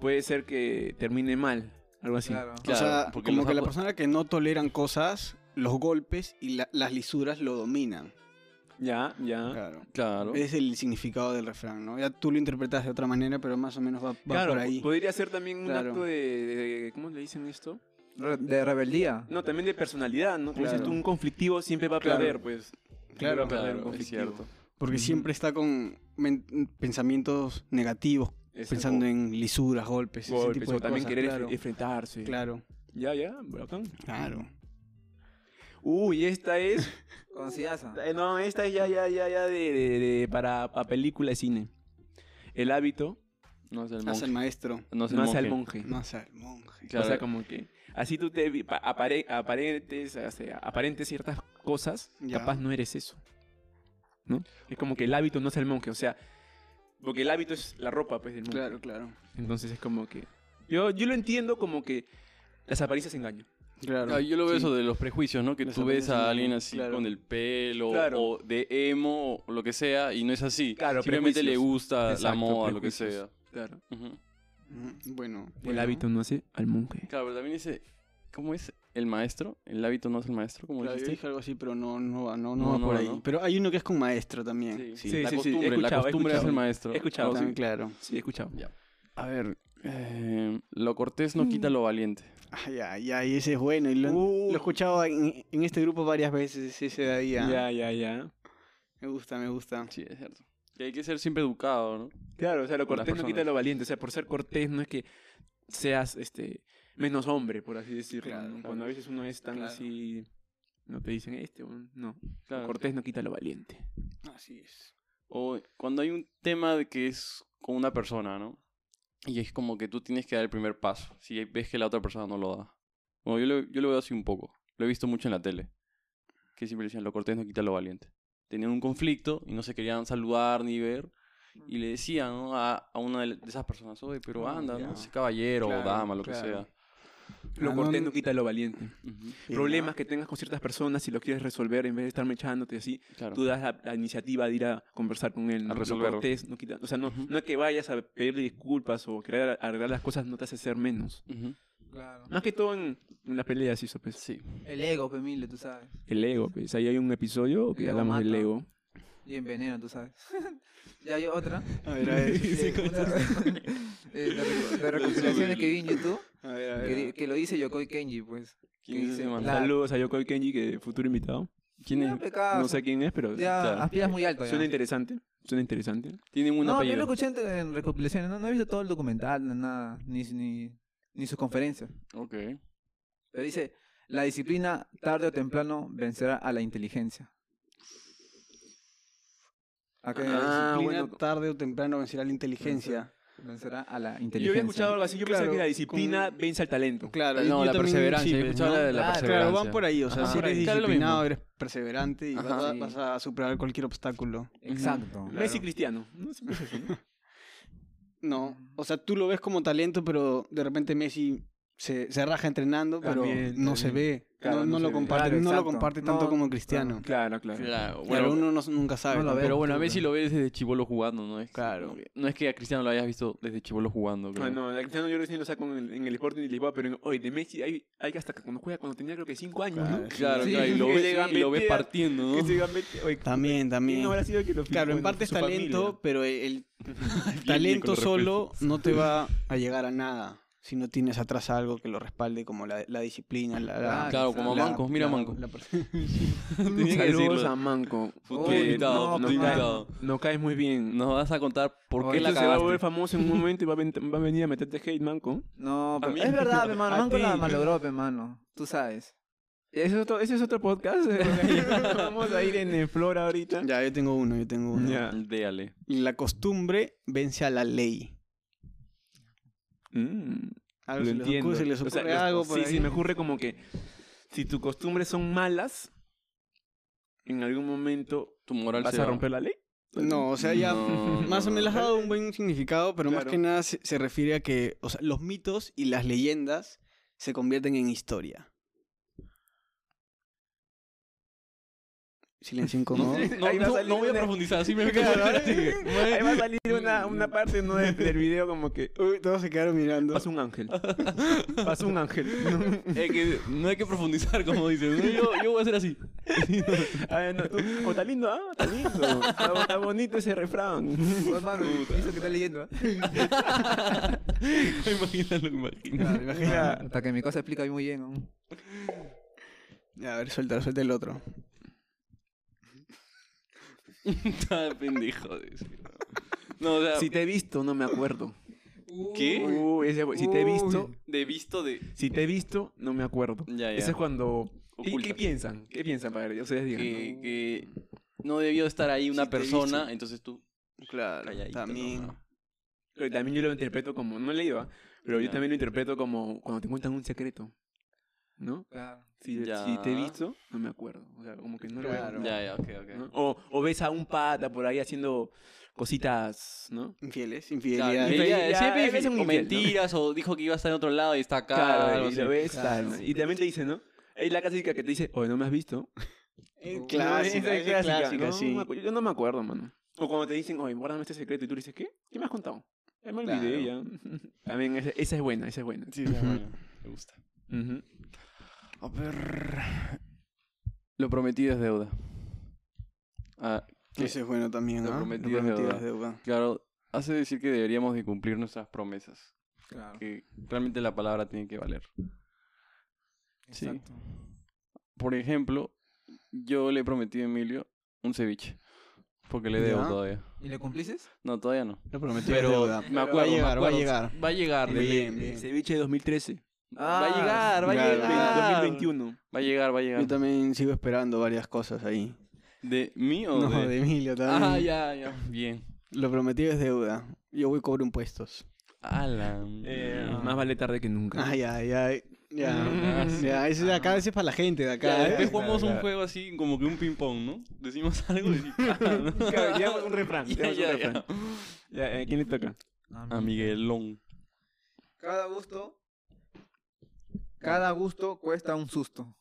B: puede ser que termine mal. Algo así.
D: Claro.
A: O sea,
C: Claro, porque
A: como
C: los
A: que la
C: ajos-
A: persona que no toleran cosas, los golpes y la- las lisuras lo dominan.
B: Ya, ya.
A: Claro.
C: Ah, Claro.
A: Es el significado del refrán, ¿no? Ya tú lo interpretas de otra manera, pero más o menos va, va
B: Claro,
A: por ahí.
B: podría ser también un
A: Claro.
B: acto de, de- ¿Cómo le dicen esto?
D: Re- De rebeldía.
B: No, también de personalidad, ¿no? Como
A: Claro.
B: dices tú, un conflictivo siempre va a
A: Claro.
B: perder, pues. Siempre
A: Claro,
B: va a perder
C: claro,
B: un
C: es
B: conflictivo.
C: cierto.
A: Porque siempre está con men- pensamientos negativos,
B: Es-
A: pensando
B: o-
A: en lisuras, golpes, ese
B: golpes,
A: tipo de
B: o también
A: cosas,
B: querer
A: claro.
B: enf- enfrentarse.
A: Claro,
B: Ya, ya, bacán.
A: claro.
B: Uy, esta es...
D: Con sillaza.
B: eh, no, esta es ya, ya, ya, ya de, de- de- para, para película y cine. El hábito
C: No es el
A: Haz
C: monje.
A: al maestro,
C: No es el
B: no hace al
C: monje.
B: monje.
A: no haz al monje.
C: Claro.
B: O sea, como que así tú te vi- pa- apare- aparentes, o sea, aparentes ciertas cosas,
A: Ya.
B: capaz no eres eso. ¿No? Es como que el hábito no es el monje, o sea, porque el hábito es la ropa pues, del monje.
A: Claro, claro.
B: Entonces es como que. Yo, yo lo entiendo como que las apariencias engañan.
A: Claro,
C: Ah, yo lo veo
A: sí.
C: eso de los prejuicios, ¿no? Que
A: Los
C: tú ves
A: apariencias,
C: a alguien así
A: claro.
C: con el pelo
B: Claro.
C: o de emo o lo que sea y no es así.
B: Claro,
C: Simplemente le
B: prejuicios.
C: gusta la
B: Exacto,
C: moda, lo que sea.
B: prejuicios. Claro.
C: Ujú.
A: Ujú, Bueno,
B: El hábito no hace al monje.
C: Claro, pero también dice, ¿cómo es el maestro? El hábito no es el maestro, como
A: Claro, yo
C: dijiste.
A: dije algo así, pero no, no, va- no, no
C: No,
A: va
C: no
A: por
C: va,
A: ahí.
C: ¿no?
A: Pero hay uno que es con maestro también.
C: Sí,
A: Ah,
B: Sí, sí,
C: la
B: sí, he
C: costumbre, la
B: escuchado, he
C: costumbre es el
B: escuchado.
C: maestro.
B: He escuchado,
A: También,
B: sí.
A: claro.
B: Sí, he escuchado.
C: Ya. A ver, eh, lo cortés no
B: Mm.
C: quita lo valiente.
A: Ay, ay, ay, ese es bueno. Y lo,
B: Uh.
A: lo he escuchado en, en este grupo varias veces, ese de ahí. ah.
B: Ya, ya, ya.
A: Me gusta, me gusta.
C: Sí, es cierto. Que hay que ser siempre educado, ¿no?
B: Claro, o sea, lo
C: Con las
B: cortés no quita
C: personas.
B: lo valiente. O sea, por ser cortés no es que seas este menos hombre, por así decirlo.
A: Claro,
B: ¿no?
A: claro.
B: Cuando a veces uno es tan
A: Claro.
B: así. No te dicen este, bueno, no. Lo
C: Claro.
B: cortés no quita lo valiente.
A: Ah, Así es.
C: O cuando hay un tema de que es con una persona, ¿no? Y es como que tú tienes que dar el primer paso. Si ves que la otra persona no lo da. Bueno, yo lo, yo lo veo así un poco. Lo he visto mucho en la tele. Que siempre decían, lo cortés no quita lo valiente. Tenían un conflicto y no se querían saludar ni ver. Y le decían ¿no? a, a una de, la- de esas personas, oye, pero
A: Ah,
C: anda,
A: ya.
C: ¿no? Sé caballero
A: Claro,
C: o dama, lo que
A: claro.
C: sea.
B: Lo
A: Ah, no,
B: cortés
A: no.
B: no quita lo valiente.
C: Ujú,
A: Sí,
B: Problemas que tengas con ciertas personas, si los quieres resolver en vez de estar mechándote así,
C: claro.
B: tú das la, la iniciativa de ir a conversar con él. ¿no? Lo
C: resolverlo.
B: cortés no quita- o sea, no,
C: Ujú.
B: no es que vayas a pedirle disculpas o querer ar- arreglar las cosas, no te hace ser menos.
C: Ujú,
D: Claro.
B: Más que todo en, en las peleas, eso, pues.
C: Sí.
D: El ego, Pemile, tú sabes.
B: El ego, pues. Ahí hay un episodio que
D: El ego
B: hablamos del
D: mata.
B: ego.
D: Y envenena, tú sabes. ya hay otra.
A: A ver, a ver.
D: eh, otra- eh, de, reco- de recopilaciones que vi en YouTube.
A: A ver, a ver.
D: Que, que lo dice Yokoi Kenji, pues.
C: ¿Quién
D: que
C: es ese
D: dice,
C: man?
D: la-
B: Saludos a Yoko y Kenji, que futuro invitado. ¿Quién
D: Ya,
B: es?
D: Ah, pecado,
B: No sé quién es, pero
D: Ya,
B: o sea,
D: aspiras muy alto. ya.
B: suena interesante. Suena interesante.
C: Tienen un
D: No, yo lo
C: apellido.
D: escuché en, en recopilaciones. No, no he visto todo el documental, no, nada. Ni, ni, ni sus conferencias.
C: Ok.
D: Pero dice, la disciplina tarde o temprano vencerá a la inteligencia. ¿A qué?
A: La
B: Ah,
A: disciplina
B: bueno.
A: tarde o temprano vencerá la inteligencia.
D: vencerá a la inteligencia.
B: Yo había escuchado algo así, yo pensaba
A: Claro,
B: que la disciplina
A: con-
B: vence al talento.
A: Claro,
C: No,
A: yo
C: la
A: también-
C: perseverancia,
A: sí,
C: yo
A: pues,
C: escuchaba la de la
A: Claro, Claro, van
C: perseverancia.
A: por ahí, o sea,
C: Ajá.
A: si
C: Por
A: eres
C: ahí, claro, lo
A: disciplinado,
C: mismo.
A: eres perseverante y vas
C: Ajá.
A: a,
D: Sí.
A: vas a superar cualquier obstáculo.
D: Exacto.
A: Claro.
B: Messi Cristiano. No siempre es así, ¿no?
A: No, o sea, tú lo ves como talento, pero de repente Messi se, se raja entrenando, pero
B: También,
A: no se
B: también.
A: ve,
B: Claro,
A: no,
B: no
A: no
B: se
A: lo
B: ve.
A: comparte,
D: Claro,
A: no lo
D: exacto.
A: comparte tanto
D: No,
A: como Cristiano.
B: Claro, claro.
C: Claro,
A: Claro,
C: bueno.
A: uno no- nunca sabe.
D: no lo ve,
A: tampoco.
C: Pero bueno, a Messi lo ves desde chivolo jugando, ¿no? Es
A: Claro.
C: como que- No es que a Cristiano lo hayas visto desde chivolo jugando. creo.
B: Ah, no, a Cristiano yo recién lo saco en el, en el Sporting de Lisboa, pero en- hoy de Messi hay, hay que hasta que cuando juega cuando tenía creo que 5 años,
A: Claro,
B: ¿no?
C: Claro,
B: Sí,
C: claro, y lo
B: que
C: ves,
B: llegan
C: y lo ves
B: metidas,
C: partiendo,
B: Que
C: ¿no?
B: se iban meti- oye,
A: También,
B: ¿quién
A: también.
B: no habrá sido que lo
A: Claro, en
B: bueno,
A: parte es
B: su familia?
A: talento, pero el- el
C: Bien,
A: talento
C: con todo
A: solo no te va a llegar a nada si no tienes atrás algo que lo respalde, como la, la disciplina, la, la-
C: Ah, Claro, como
A: la-
C: Manco, mira
A: la-
C: Manco.
A: la pers-
C: Tenía que
B: Saludos
C: decirlo.
B: a Manco.
C: Futuro
B: que
C: invitado,
B: no-
C: futuro
B: no cae-
C: invitado.
B: No caes muy bien.
C: Nos vas a contar por qué
D: Oye,
C: la
B: Esto se va a volver
C: cagaste.
B: famoso en un momento y va a, ven- va a venir a meterte hate, Manco.
D: No, pero
C: mí.
D: es verdad, mi hermano.
B: A
D: Manco la
B: ti.
D: malogró, mi hermano. Tú sabes.
B: Ese es otro, ese es otro podcast. Vamos a ir en eh, Flora ahorita.
A: Ya, yo tengo uno, yo tengo uno.
B: Ya.
C: Déale.
A: La costumbre vence a la ley.
B: Mm. lo
A: Algo se les ocurre,
B: entiendo.
A: se les
B: O sea,
A: ocurre
B: los-
A: algo por
B: sí, sí,
A: ahí.
B: me ocurre como que si tus costumbres son malas, en algún momento
C: Tu moral
B: vas
C: se
B: a
C: va.
B: romper la ley.
A: No, o sea, ya
C: No,
A: más o
C: no,
A: menos le has
C: no.
A: dado un buen significado, pero más
B: Claro.
A: que nada se, se refiere a que o sea, los mitos y las leyendas se convierten en historia. Silencio incómodo.
C: No,
B: Ahí va a
C: no,
B: salir
C: no voy a
B: una-
C: profundizar, así me
B: Claro, ahora sí que- ahí va a salir una, una parte ¿no? de- del video como que
A: Uy, todos se quedaron mirando.
B: pasa un ángel. Pasa un ángel.
C: Es que no hay que profundizar, como dicen. ¿no? Yo, yo voy a hacer así.
B: Ay, no, tú- o está lindo, ah, está lindo. Está, está bonito ese refrán.
D: Oh, hermano, eso que está leyendo. ¿eh?
C: Imagínalo, imagínalo.
D: Claro, imagina.
B: Claro.
D: Hasta que mi cosa explica muy bien. ¿no?
A: Ya, a ver, suelta, suelta el otro.
C: Está pendejo. de ese, No, No, o sea,
B: Si te he visto, no me acuerdo.
C: ¿qué?
B: Uy, ese- si te he visto,
C: De visto de.
B: si te he visto, no me acuerdo.
C: Ah, Ya, ya.
B: Eso es cuando... ¿Y
C: Ocultas.
B: qué piensan? ¿Qué piensan para que ustedes digan?
C: que,
B: ¿no?
C: que no debió estar ahí una
A: Sí, te
C: persona,
A: dice.
C: entonces tú.
A: Claro,
C: Calladito,
A: también.
C: ¿no?
B: Pero también yo lo interpreto como, no he leído, ¿ah? pero yo
C: Ya.
B: también lo interpreto como cuando te cuentan un secreto, ¿no?
D: Claro.
B: Si,
C: Ya.
B: si te he visto, no me acuerdo. O sea, como que no
A: Claro.
B: lo veo.
C: Ya, ya, ok, ok.
B: ¿no? O, o ves a un pata por ahí haciendo cositas, ¿no?
A: Infieles,
C: Claro,
A: infidelidad. Eh,
B: infidelidad.
C: infidelidad, siempre
B: Él es un
C: infiel, o
B: infiel, ¿no?
C: mentiras, o dijo que iba a estar en otro lado y está acá. algo
B: y lo
C: así.
B: ves,
D: Claro.
B: tal, ¿no? Y también te dice, ¿no? Es la clásica que te dice, oye, no me has visto.
A: Eh,
B: No, esa
A: Clásica,
B: es
A: esa es clásica,
B: ¿no?
A: sí.
B: No me acu- Yo no me acuerdo, mano. O cuando te dicen, oye, guárdame este secreto, y tú le dices, ¿qué? ¿Qué me has contado? Ya me olvidé, ya. También esa, esa es buena, esa es buena.
C: Sí, ya, bueno, me gusta.
B: Ujú.
C: A ver. Lo prometido es deuda. Ah, ¿Qué?
A: Eso es bueno también,
C: Lo
A: ¿no?
C: prometido es
A: prometido
C: deuda.
A: es deuda.
C: claro, hace decir que deberíamos de cumplir nuestras promesas.
D: Claro.
C: Que realmente la palabra tiene que valer. sí.
D: Exacto.
C: Por ejemplo, yo le he prometido a Emilio un ceviche. Porque le debo
A: Ya.
C: todavía.
D: ¿Y le cumpliste?
C: No, todavía no.
A: Lo prometido
C: Pero
A: es deuda.
C: me acuerdo.
A: va a
C: me
A: llegar, va a
C: acuerdo.
A: llegar.
C: Va a llegar. le-
A: Bien, bien.
B: Ceviche de 2013.
C: va a llegar, va a
A: claro.
C: llegar.
B: 2021.
C: Va a llegar, va a llegar.
A: Yo también sigo esperando varias cosas ahí.
C: ¿De mí o
A: No,
C: de...?
A: de Emilio también.
C: Ah, ya, ya. Bien.
A: Lo prometido es deuda. Yo voy cobro impuestos.
C: Alan.
B: Eh, Más vale tarde que nunca.
A: Ay, ay, ay. Ya,
C: Ah, sí.
A: ya, eso de acá, ese es para la gente de acá.
C: después
A: ¿eh?
C: jugamos un juego así, como que un ping-pong, ¿no? Decimos algo y...
B: Ya, digamos un refrán.
C: Ya,
B: digamos un
C: ya,
B: refrán. Ya, eh, ¿Quién le toca?
C: A Miguelón.
D: Ah, Cada gusto. Cada gusto cuesta un susto.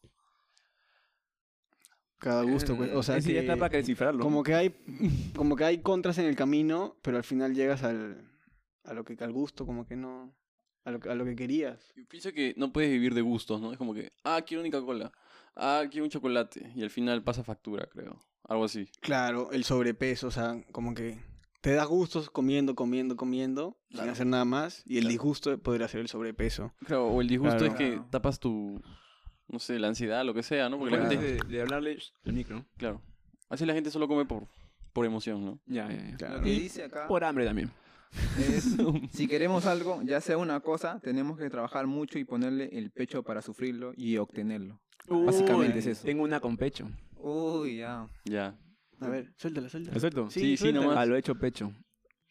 A: Cada gusto, pues. O sea,
B: Ese ya
A: que-
B: está para descifrarlo.
A: como que hay como que hay contras en el camino, pero al final llegas al a lo que al gusto, como que no a lo, que- a lo que querías.
C: Yo pienso que no puedes vivir de gustos, ¿no? Es como que, ah, quiero una Coca-Cola. Ah, quiero un chocolate. Y al final pasa factura, creo. Algo así.
A: Claro, el sobrepeso, o sea, como que te da gustos comiendo, comiendo, comiendo, sin
C: Claro.
A: hacer nada más, y el
C: Claro.
A: disgusto podría ser el sobrepeso.
C: Claro, o el disgusto
A: Claro.
C: es que
D: Claro.
C: tapas tu, no sé, la ansiedad, lo que sea, ¿no? Porque la
B: Antes
C: gente,
B: de, de hablarle el micro.
C: claro, así la gente solo come por, por emoción, ¿no?
B: Ya, ya, ya.
A: Claro.
D: Lo que
B: Y
D: dice acá
B: Por hambre también.
D: es, si queremos algo, ya sea una cosa, tenemos que trabajar mucho y ponerle el pecho para sufrirlo y obtenerlo. Básicamente es eso.
B: En una con pecho.
D: Uy, ya.
C: Ya.
A: A ver, suéltala, suéltala.
B: ¿Exacto?
A: Sí,
C: Sí, sí,
A: suéltala.
C: nomás.
B: A lo hecho pecho.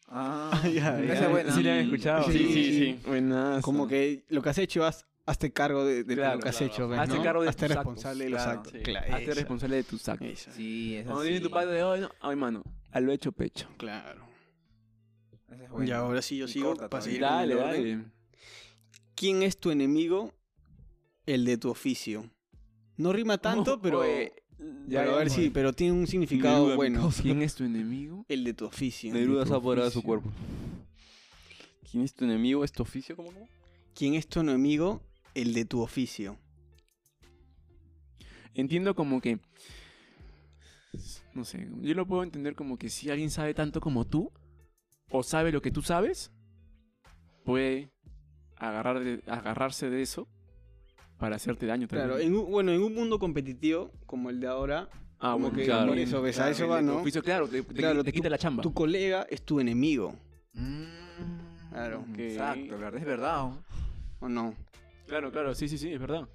D: Ah,
A: Ah, ya,
D: esa
A: ya.
D: es buena.
B: Sí, la han escuchado.
C: Sí, sí, sí.
B: Buenazo.
A: Como que lo que has hecho, haz, hazte cargo de, de
B: Claro,
A: lo que has
C: claro.
A: hecho. ¿ves,
B: Hazte
A: no?
B: cargo de
A: Hazte
B: tus
A: responsable
B: actos,
A: de
B: claro.
A: los actos.
C: Sí.
A: Claro,
B: Hazte
A: esa,
B: Ah, responsable de tus actos.
A: esa,
D: Sí, esa
B: Cuando viene
D: sí.
B: tu padre de hoy, no, ay, mano, a lo hecho pecho.
A: Claro.
D: Esa es buena.
A: y ahora sí, yo
D: Y
A: sigo
D: corta
A: para
D: todavía.
A: seguir con
B: Dale,
A: el orden.
B: dale.
A: ¿Quién es tu enemigo? El de tu oficio. No rima tanto, pero.
B: Oye, ya,
A: pero
B: ya,
A: a ver
B: ya.
A: si, pero tiene un significado
C: Neruda, mi
A: bueno.
B: ¿Quién es tu enemigo?
A: El de tu oficio.
C: Neruda
B: tu
C: se apodera de su
B: oficio.
C: cuerpo. ¿Quién es tu enemigo? ¿Es tu oficio? ¿Cómo? cómo?
A: ¿Quién es tu enemigo? El de tu oficio.
B: Entiendo como que. No sé, yo lo puedo entender como que si alguien sabe tanto como tú, o sabe lo que tú sabes, puede agarrar de- agarrarse de eso para hacerte daño también.
A: Claro, en un- bueno, en un mundo competitivo como el de ahora,
B: ah,
A: como
B: bueno,
A: que
C: claro.
A: por eso, ves, a
D: Claro,
A: eso
D: el
A: va,
D: de tu
A: ¿no?
B: Oficio, claro, te, te-
A: Claro,
B: te
A: tú-
B: quita la chamba.
A: Tu colega es tu enemigo,
B: Mm,
A: Claro.
B: ok.
D: Exacto, verdad, es verdad. ¿o?
A: ¿o no?
B: Claro, claro, sí, sí, sí, es verdad.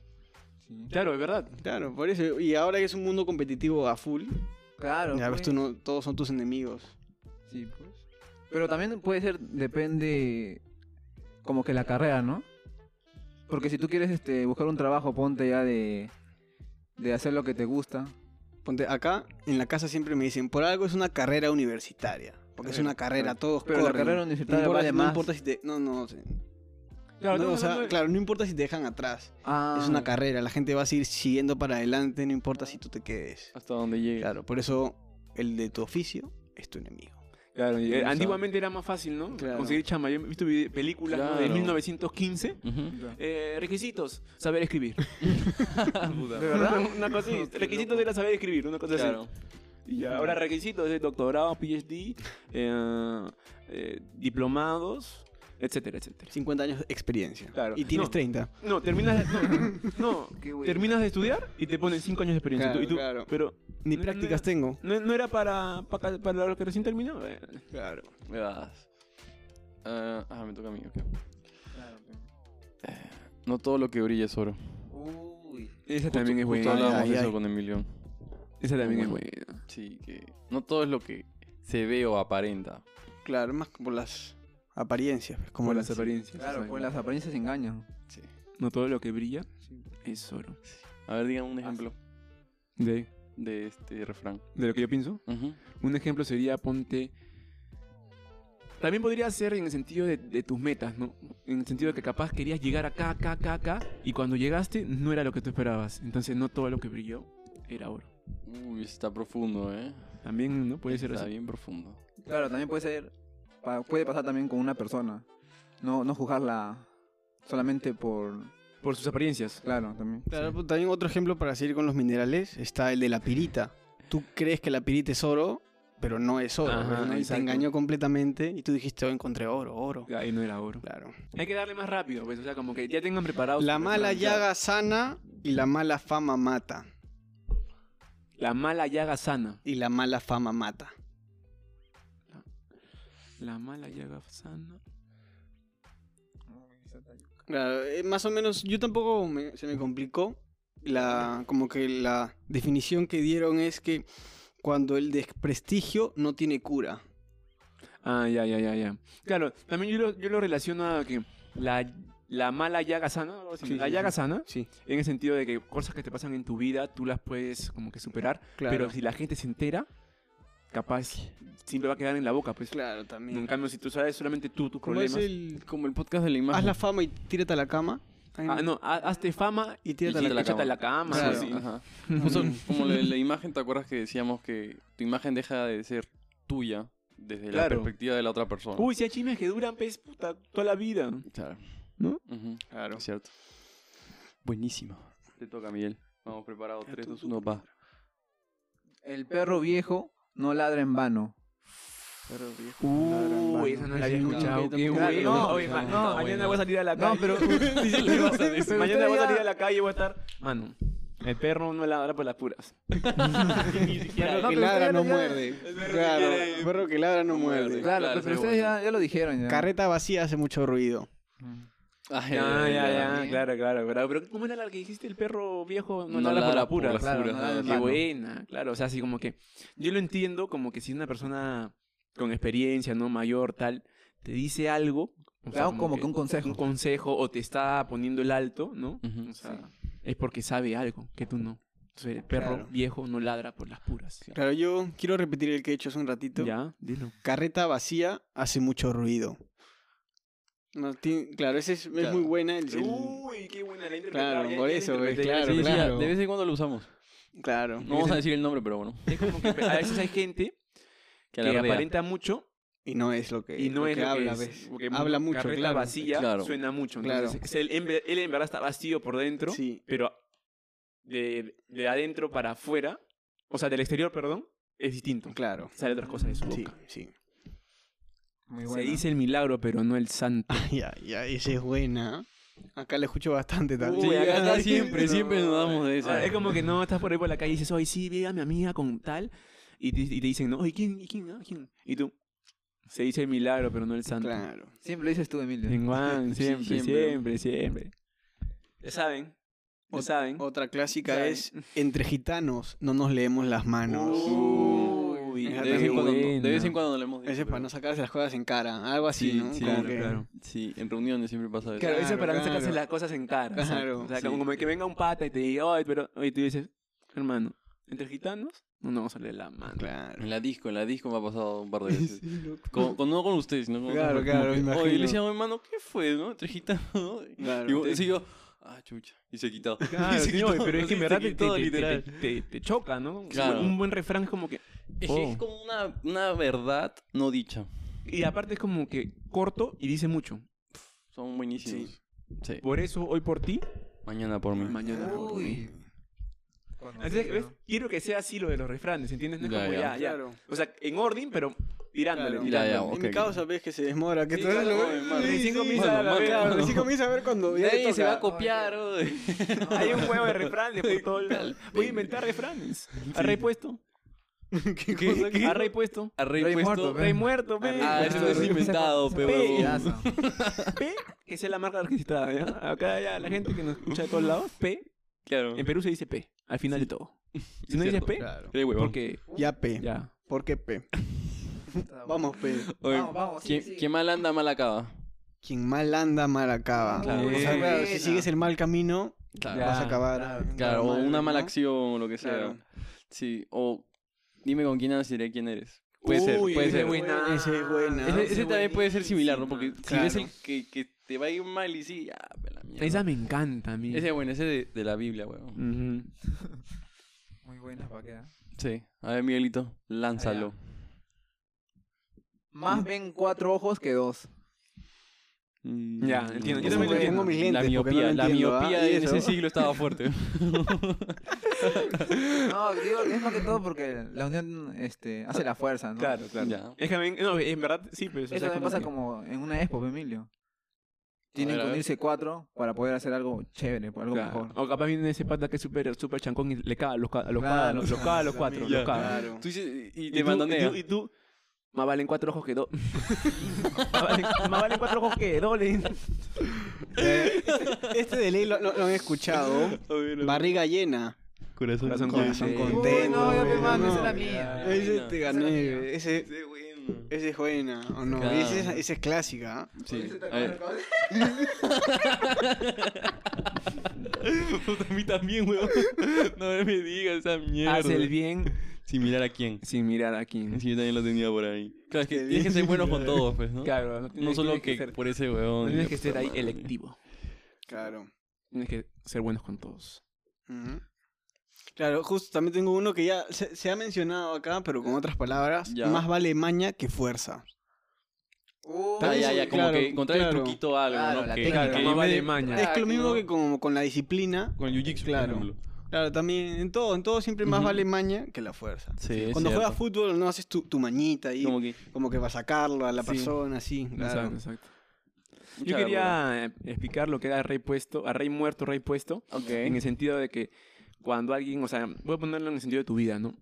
B: Claro, es verdad.
A: Claro, por eso. Y ahora que es un mundo competitivo a full,
D: Claro.
A: ya ves,
D: pues.
A: tú no, todos son tus enemigos.
D: Sí, pues. Pero también puede ser, depende como que la carrera, ¿no? Porque si tú quieres este, buscar un trabajo, ponte ya de, de hacer lo que te gusta.
A: Ponte, acá en la casa siempre me dicen, por algo es una carrera universitaria. Porque es
D: Claro,
A: una carrera,
D: claro.
A: todos
D: Pero la
A: corren.
D: carrera universitaria
A: no importa,
D: vale
A: no
D: más.
A: importa si te... No, no, sí. No, o
B: estamos
A: sea,
B: hablando de-
A: claro, no importa si te dejan atrás.
D: Ah,
A: Es una carrera, la gente va a seguir siguiendo para adelante, no importa si tú te quedes.
C: Hasta donde llegue.
A: Claro, por eso el de tu oficio es tu enemigo.
B: Claro, y, eh,
C: O sea,
B: antiguamente era más fácil, ¿no?
A: claro.
B: Conseguir chamba. Yo he visto vide- películas ¿no? de
C: Claro.
B: 1915.
C: Ujú.
B: Eh, requisitos, saber escribir.
D: ¿De verdad?
B: una cosa así. Requisitos era saber escribir, una cosa
C: Claro.
B: así. Y ahora requisitos de doctorado, PhD, eh, eh, diplomados, etcétera, etcétera.
A: 50 años de experiencia.
B: Claro.
A: Y tienes
B: No.
A: 30.
B: No, terminas de, no, no, terminas de estudiar y te ponen 5 años de experiencia.
A: Claro,
B: Y tú-
A: claro.
B: Pero
A: Ni
B: No, no,
A: prácticas
B: no.
A: tengo.
B: no, no era para, para, para lo que recién terminó. eh.
A: Claro.
C: Me das. Ah, ah, me toca a mí, ok. No todo lo que brilla es oro.
D: Uy.
B: Esa también es
C: Justo
B: buena.
C: hablábamos
A: Ay,
C: de
A: ay,
C: eso
A: ay.
C: con Emilio.
B: Esa también es
C: Bueno.
B: buena.
C: Sí, que no todo es lo que se ve o aparenta.
A: Claro, más por las apariencias. pues, Como
B: Por
A: las
B: las apariencias.
D: Claro,
B: ¿sabes?
D: pues las apariencias engañan.
C: Sí.
B: No todo lo que brilla es oro.
C: A ver, digan un ejemplo
B: De,
C: de este refrán.
B: de lo que yo pienso.
C: Ujú.
B: Un ejemplo sería ponte... También podría ser en el sentido de, de tus metas, ¿no? En el sentido de que capaz querías llegar acá, acá, acá, acá, y cuando llegaste no era lo que tú esperabas. Entonces no todo lo que brilló era oro.
C: Uy, está profundo, ¿eh?
B: También, ¿no? Puede ser
C: Está
B: así.
C: bien profundo.
D: Claro, también puede ser, pa- puede pasar también con una persona. No, no juzgarla solamente por...
B: Por sus apariencias.
D: Claro, también.
A: Claro, pues, también otro ejemplo para seguir con los minerales está el de la pirita. Tú crees que la pirita es oro, pero no es oro.
B: Ajá,
A: pues, ¿no? Y te
B: exacto.
A: engañó completamente y tú dijiste, oh, encontré oro, oro.
B: Ahí no era oro.
A: Claro.
B: Hay que darle más rápido, pues, o sea, como que ya tengan preparado.
A: La
B: su-
A: mala
B: claro, claro.
A: llaga sana y la mala fama mata.
B: La mala llaga sana.
A: Y la mala fama mata.
B: La mala llaga sana.
A: Claro, eh, más o menos, yo tampoco me- se me complicó. La, como que la definición que dieron es que cuando el desprestigio no tiene cura.
B: Ah, ya, ya, ya, ya. Claro, también yo lo, yo lo relaciono a que la, la mala llaga sana, algo así,
A: Sí,
B: la
A: sí,
B: llaga
A: sí.
B: sana,
A: Sí,
B: en el sentido de que cosas que te pasan en tu vida, tú las puedes como que superar,
A: claro.
B: pero si la gente se entera, capaz siempre va a quedar en la boca, pues.
A: claro, también.
B: En cambio, si tú sabes solamente tú tus
A: ¿Cómo es
B: problemas...
A: el-
C: Como el podcast de la imagen.
A: Haz la fama y tírate a la cama. Ay,
B: Ah, no, ha- hazte fama y
A: Y tírate a
C: Y
A: la
C: la
B: échate
C: cama.
B: a la cama. pues,
A: Claro.
B: algo así.
C: Sí, ajá. Justo
A: Mm.
C: como la, la imagen, ¿te acuerdas que decíamos que tu imagen deja de ser tuya desde la
B: Claro.
C: perspectiva de la otra persona?
B: Uy, si hay chismes que duran, pues, puta, toda la vida.
C: Claro.
B: ¿No?
C: Ujú,
A: Claro.
C: es cierto. Buenísimo. Te toca, Miguel. Vamos preparado. 3, 2, 1, va.
D: El perro viejo no ladra en vano.
B: Perro viejo.
C: Uy,
B: Uy,
C: esa no la había escuchado. Qué
B: Claro,
C: bueno.
B: no, oye, ma-
C: Está
B: no, mañana
C: bueno.
B: voy a salir a la calle.
D: No, pero-
B: Dice que vas a decir,
D: pero
B: mañana
D: usted
B: voy a
D: ya-
B: salir a la calle y voy a estar. Mano, el perro no ladra por las puras. Ni siquiera.
A: que ladra
D: pero ustedes
A: no
D: ya-
A: muerde.
B: perro que
A: Claro,
B: quiere-
A: el perro que ladra no
B: no muerde.
A: muerde.
D: Claro,
C: claro,
D: pero
C: sí,
D: ustedes
C: bueno.
D: ya, ya lo dijeron. Ya.
A: Carreta vacía hace mucho ruido.
C: Ay,
B: Ya, Eh,
C: ay,
B: ya,
C: ay,
B: ya,
C: ay.
B: claro, claro, claro. Pero ¿cómo era la que dijiste? El perro viejo no,
C: No
B: ladra por
C: ladra
B: las
C: por
B: puras.
C: las
D: Claro,
C: puras,
D: no
C: ah,
D: ladra
C: qué
D: en
B: Qué
D: mano.
B: buena, claro. O sea, así como que. Yo lo entiendo como que si una persona con experiencia, ¿no? Mayor, tal, te dice algo. o sea,
D: Claro, como que un consejo.
B: Un consejo o te está poniendo el alto, ¿no?
C: Ujú.
B: O sea, es porque sabe algo que tú no. Entonces, el perro
A: Claro.
B: viejo no ladra por las puras.
A: Claro, yo quiero repetir el que he hecho hace un ratito.
B: Ya, dilo.
A: Carreta vacía hace mucho ruido. No, ti- claro, ese es, es
C: Claro.
A: muy buena. el- el-
B: qué buena la
A: Claro, por eso, pues,
C: Sí,
A: claro,
C: sí, ya,
A: claro.
C: de vez en cuando lo usamos.
A: Claro.
C: No vamos a decir el nombre, pero bueno.
B: Es como que a veces hay gente
C: Que
B: que
C: la
B: aparenta mucho
A: Y no es lo que,
B: y no
A: lo
B: es
A: que
B: lo
A: habla,
B: que es,
A: ¿ves?
B: porque
A: Habla
B: mu-
A: mucho,
B: carreta
A: claro.
B: vacía
C: Claro.
B: suena mucho.
A: Claro.
B: Entonces, es el- en ve- él en verdad está vacío por dentro,
A: Sí.
B: pero de, de adentro para afuera, o sea, del exterior, perdón, es distinto.
A: Claro.
B: Sale otras cosas de su
A: Sí,
B: boca.
A: sí.
D: Muy
B: Se
D: buena.
B: dice el milagro, pero no el santo.
A: Ya, ya, esa es buena. Acá la escucho bastante también.
C: Uy,
A: Sí,
C: acá
A: ya.
C: está siempre, siempre nos damos de
B: Ah,
C: esa.
B: es como que no estás por ahí por la calle y dices, ay, sí, vi a mi amiga con tal, y te, y te dicen, no, ay, ¿quién? ¿Y quién? ah, quién?". Y tú, se dice el milagro, pero no el santo.
A: Claro.
D: Siempre lo dices tú, Emilio.
B: En Juan,
C: Sí,
B: siempre,
C: siempre.
B: siempre, siempre. Ya saben, ya
A: Ot-
B: saben.
A: Otra clásica
B: Saben.
A: es entre gitanos no nos leemos las manos.
C: Uh.
B: Uy,
A: Esa
C: de, vez
A: qué
C: en cuando,
B: buena.
C: de vez en cuando lo hemos dicho.
A: Ese es para
C: pero-
A: no sacarse las cosas en cara, algo así,
C: Sí,
A: ¿no?
C: sí,
A: Como
C: claro,
A: que-
B: claro.
C: Sí, en reuniones siempre pasa eso.
B: Claro, eso es para no sacarse
A: claro.
B: las cosas en cara. exacto.
A: Claro,
B: o sea,
C: sí.
B: como, como que venga un pata y te diga, oye, pero, oye, tú dices, hermano, entre gitanos no nos vamos a leer la mano.
A: Claro.
C: En la disco, en la disco me ha pasado un par de veces. Con, con- no con ustedes, ¿no? Con
A: Claro,
C: otros, como
A: claro,
C: que,
A: me
C: Oye, le
A: imagino.
C: decía a mi hermano, ¿qué fue, no? Entre gitanos, ¿no?
A: Claro,
C: y yo,
A: te-
C: sí, yo, ah, chucha. Y se quitó.
B: Claro,
C: y se
B: sí,
C: quitó,
B: oye, pero es que en
C: se
B: verdad te,
C: quitó,
B: te- te-
C: literal.
B: te- te- te choca, ¿no?
C: Claro.
B: Un buen refrán es como que...
C: Es que
B: oh.
C: es como una, una verdad no dicha.
B: Y aparte es como que corto y dice mucho.
C: Son buenísimos. Sí.
B: Por eso, hoy por ti,
C: Mañana por mí.
B: mañana por mí.
D: Uy.
B: Entonces, ¿ves? Quiero que sea así lo de los refranes, ¿entiendes? No es
C: Ya,
B: como
C: ya.
B: ya, ya.
A: Claro.
B: O sea, en orden, pero tirándole,
A: Claro.
B: tirándole.
C: Ya, ya,
A: En
C: ok,
A: mi causa ves que se desmora, que
C: Sí,
A: todo
C: claro,
A: lo
C: oye, mano.
A: Sí,
B: Recién
A: sí,
B: comienza
A: mano,
B: la-
A: mano.
B: claro.
A: Recién comienza a ver cuando ya le
C: Nadie se va a
A: toca.
C: copiar. oh.
B: Hay un juego de refranes por todo el lado. Voy a inventar refranes. ¿Ha repuesto?
A: ¿Qué cosa?
B: ¿Ha repuesto?
C: A rey
D: Rey
C: puesto.
D: muerto,
B: Rey muerto, pe.
C: Ah,
D: Pues,
C: eso es
D: ese-
C: inventado,
D: ese
C: pe,
D: fue
B: huevón.
D: pedazo.
B: P, que esa es la marca registrada, ¿ya? Acá ya la gente que nos escucha de todos lados, P.
C: Claro.
B: En Perú se dice P, al final de todo. Si
C: Es
B: no dices
C: cierto.
B: P,
A: Claro.
C: Rey huevón.
B: porque
A: Ya P.
B: ya.
A: ¿Por qué P? Vamos P.
C: Oye,
D: Vamos, vamos, sí,
C: ¿quién,
D: sí.
C: quién mal anda, mal acaba.
A: Quien mal anda, mal acaba.
B: Claro.
A: O sea, claro,
D: Buena.
A: si sigues el mal camino,
C: Claro.
B: Ya.
A: vas a acabar.
C: Claro, o
A: mal,
C: una
A: ¿no?
C: mala acción o lo que sea.
A: Claro.
C: Sí, o dime con quién andas y diré quién eres. Puede ser,
B: Uy,
C: puede
B: ese
C: ser.
B: es buena.
A: Ese es buena.
C: Ese, ese también puede ser similar, ¿no? Porque
B: buenísima.
C: si ves el
A: Claro.
C: que, que te va a ir mal y sí, ah, pe la mierda.
B: Esa Mm. me encanta a mí.
C: Ese es bueno, ese de, de la Biblia, weón.
B: Ujú.
D: Muy buena para quedar.
C: Sí. A ver, Miguelito, lánzalo.
B: Ah,
D: Más ven cuatro ojos que dos.
C: Mm,
B: Ya, entiendo. Yo
A: Yo
B: también
A: me
B: entiendo.
A: pongo mis lentes
C: La
A: porque no
C: miopía,
A: lo
C: la
A: entiendo, ¿ah?
C: miopía
A: ¿Y
C: en
A: eso?
C: ese siglo estaba fuerte.
D: No, digo, es más que todo porque la unión este, hace la fuerza, ¿no?
B: Claro, claro.
C: Ya.
B: Es que a mí- no, en verdad sí, pero o sea,
D: Eso también
B: como
D: pasa
B: que-
D: como en una expo, pe, Emilio.
C: ver,
D: Tienen que
C: a ver.
D: unirse cuatro para poder hacer algo chévere, algo
B: Claro.
D: mejor.
B: O capaz viene ese pata que es súper super chancón y le caga a los, ca- a los,
D: Claro,
B: cada- los, los caga a los
D: ya,
B: cuatro.
C: ya.
B: Los caga.
A: Claro.
C: Tú dices, y
B: Y
C: te
B: tú-
C: mandonea.
B: Y tú, y tú, más valen cuatro ojos que dos. más, valen, más valen cuatro ojos que dos. le dicen.
A: Eh, Este de ley lo, lo- lo han escuchado. Barriga llena.
C: Corazón,
B: Corazón
A: Corazón
B: Sí.
D: Uy,
A: contento.
D: no, ya me
A: güey,
D: mando,
A: no.
D: esa era
C: Ah,
D: mía.
A: Ese te gané.
D: Esa era
A: güey. Ese, ese es buena, ¿o no?
C: Claro.
A: Ese es- esa es clásica. ¿ah?
C: Sí. A ver. Puta, a mí también, weón. No me digas esa mierda.
B: Haz el bien
C: Sin mirar a quién.
B: sin mirar a quién.
C: Sí, yo también lo tenía por ahí. Claro, es que
A: Qué
C: tienes que ser bueno con todos, pues, ¿no?
B: Claro,
C: No
B: tienes-
C: solo
B: tienes
C: que
B: ser-
C: por ese
B: no
C: weón.
B: tienes que ser ahí electivo.
A: Claro.
B: Tienes que ser buenos con todos.
A: Ujú. Claro, justo también tengo uno que ya se, se ha mencionado acá, pero con otras palabras.
C: Ya.
A: Más vale maña que fuerza.
D: Uy,
C: Ah, ya, ya, como
A: Claro,
C: que encontrar el
A: claro.
C: truquito o algo,
D: Claro,
C: ¿no?
D: la
C: Que,
D: técnica.
C: que
B: Más
C: iba
B: vale
C: de-
B: maña.
A: es que lo mismo
C: no.
A: que como con la disciplina.
C: Con el jiu-jitsu, por
A: Claro.
C: ejemplo.
A: Claro, también en todo, en todo siempre más
C: Ujú.
A: vale maña que la fuerza.
C: Sí, es
A: Cuando juegas
C: cierto.
A: fútbol no haces tu, tu mañita ahí,
C: Como
A: como,
C: que
A: que va a sacarlo a la
B: Sí.
A: persona, así,
B: Exacto,
A: claro.
B: exacto. Yo
C: mucha
B: quería eh, explicar lo que era rey puesto, a rey muerto, rey puesto, en
C: verdura.
B: el sentido de que cuando alguien, o sea, voy a ponerlo en el sentido de tu vida, ¿no?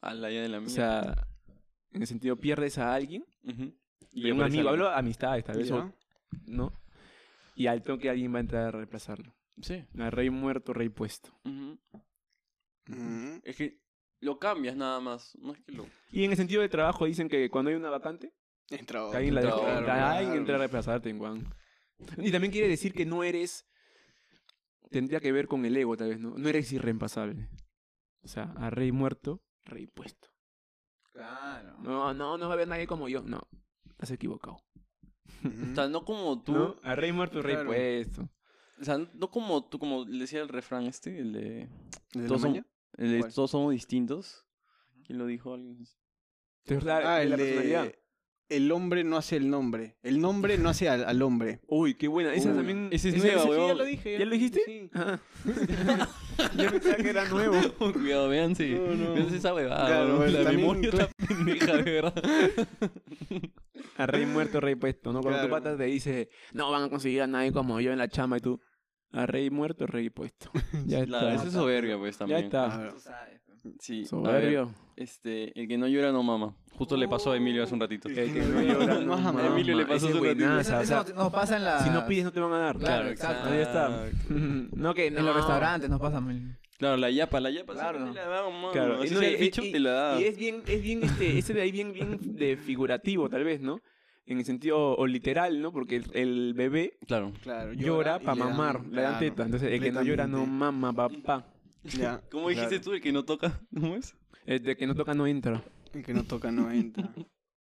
C: A la ya de la
B: O
C: mía.
B: sea, en el sentido pierdes a alguien,
C: Ujú.
B: y
C: le
B: un
C: parece
B: amigo,
C: algo.
B: hablo amistad esta vez,
A: Ya.
B: o- ¿no? Y al toque alguien va a entrar a reemplazarlo.
C: Sí.
B: A rey muerto, rey puesto.
C: Ujú.
A: Ujú.
C: Es que lo cambias nada más. No es que lo.
B: Y en el sentido de trabajo dicen que cuando hay una vacante,
A: Entra
B: que alguien la
C: claro,
B: deja,
C: claro,
B: alguien entra a reemplazarte, Juan. Y también quiere decir que no eres, tendría que ver con el ego tal vez, ¿no? No eres irreemplazable. O sea, a rey muerto, rey puesto.
D: Claro.
B: No, no, no va a haber nadie como yo. No, estás equivocado.
C: O
A: Ujú.
C: sea, no como tú.
B: ¿No? A rey muerto, rey
A: Claro.
B: puesto.
C: O sea, no como tú, como decía el refrán este, el de.
A: ¿De la
C: todos, somos,
A: maña?
C: el de
A: ¿Cuál?
C: todos somos distintos. ¿Quién lo dijo? Alguien.
B: Es la-
A: Ah,
B: de
A: el
B: la personalidad.
A: de... El hombre no hace el nombre. El nombre no hace al, al hombre.
B: Uy, qué buena. Esa
A: Uy.
B: también.
C: Esa es
B: esa-
C: nueva,
B: esa sí
C: weón.
B: ya lo dije.
C: ¿Ya lo dijiste?
A: Sí.
B: Ah. Yo pensaba que era nuevo.
C: Cuidado, vean si.
B: Mm.
A: No, no.
C: Vean si esa huevada.
A: Claro,
C: weón.
A: pues,
C: la
A: también-
C: memoria está pendeja, de verdad.
B: A rey muerto, rey puesto, ¿no? Cuando tu
A: Claro.
B: pata te dice, no van a conseguir a nadie como yo en la chamba y tú, a rey muerto, rey puesto. ya está.
C: Claro, eso es soberbia, pues
B: ya
C: también.
A: A
B: está.
A: ver.
D: Tú sabes. pues.
C: Sí. a ver,
B: Soberbio. Oh.
C: este, el que no llora no mama. Justo le pasó a Emilio hace un ratito.
B: El que no llora, no
A: A
B: mama.
C: Emilio le pasó
B: Ese
C: su ratito.
B: buenaza,
D: Eso,
B: Ah, o sea,
D: eso nos pasa en la...
B: si no pides, no te van a dar.
D: Claro, exacto.
B: Ahí está. no, que no.
D: En los restaurantes nos pasa. mil.
C: Claro, la yapa, la yapa.
D: Claro.
C: siempre Te la da, mano.
B: Claro,
C: Así
B: y no,
C: sea
B: y-
C: el bicho,
B: y-
C: te la da.
B: Y es bien, es bien, este, ese de ahí bien, bien de figurativo, tal vez, ¿no? En el sentido, o literal, ¿no? Porque el- el bebé
C: Claro.
A: Claro,
B: llora
A: y
B: para
A: le dan-
B: mamar, le dan
A: claro,
B: teta. Entonces, el que no llora no
A: completamente.
B: mama, papá.
A: Ya,
C: ¿Cómo dijiste
A: claro.
C: tú el que no toca? ¿Cómo es?
B: El de que no toca no entra.
A: El que no toca no entra.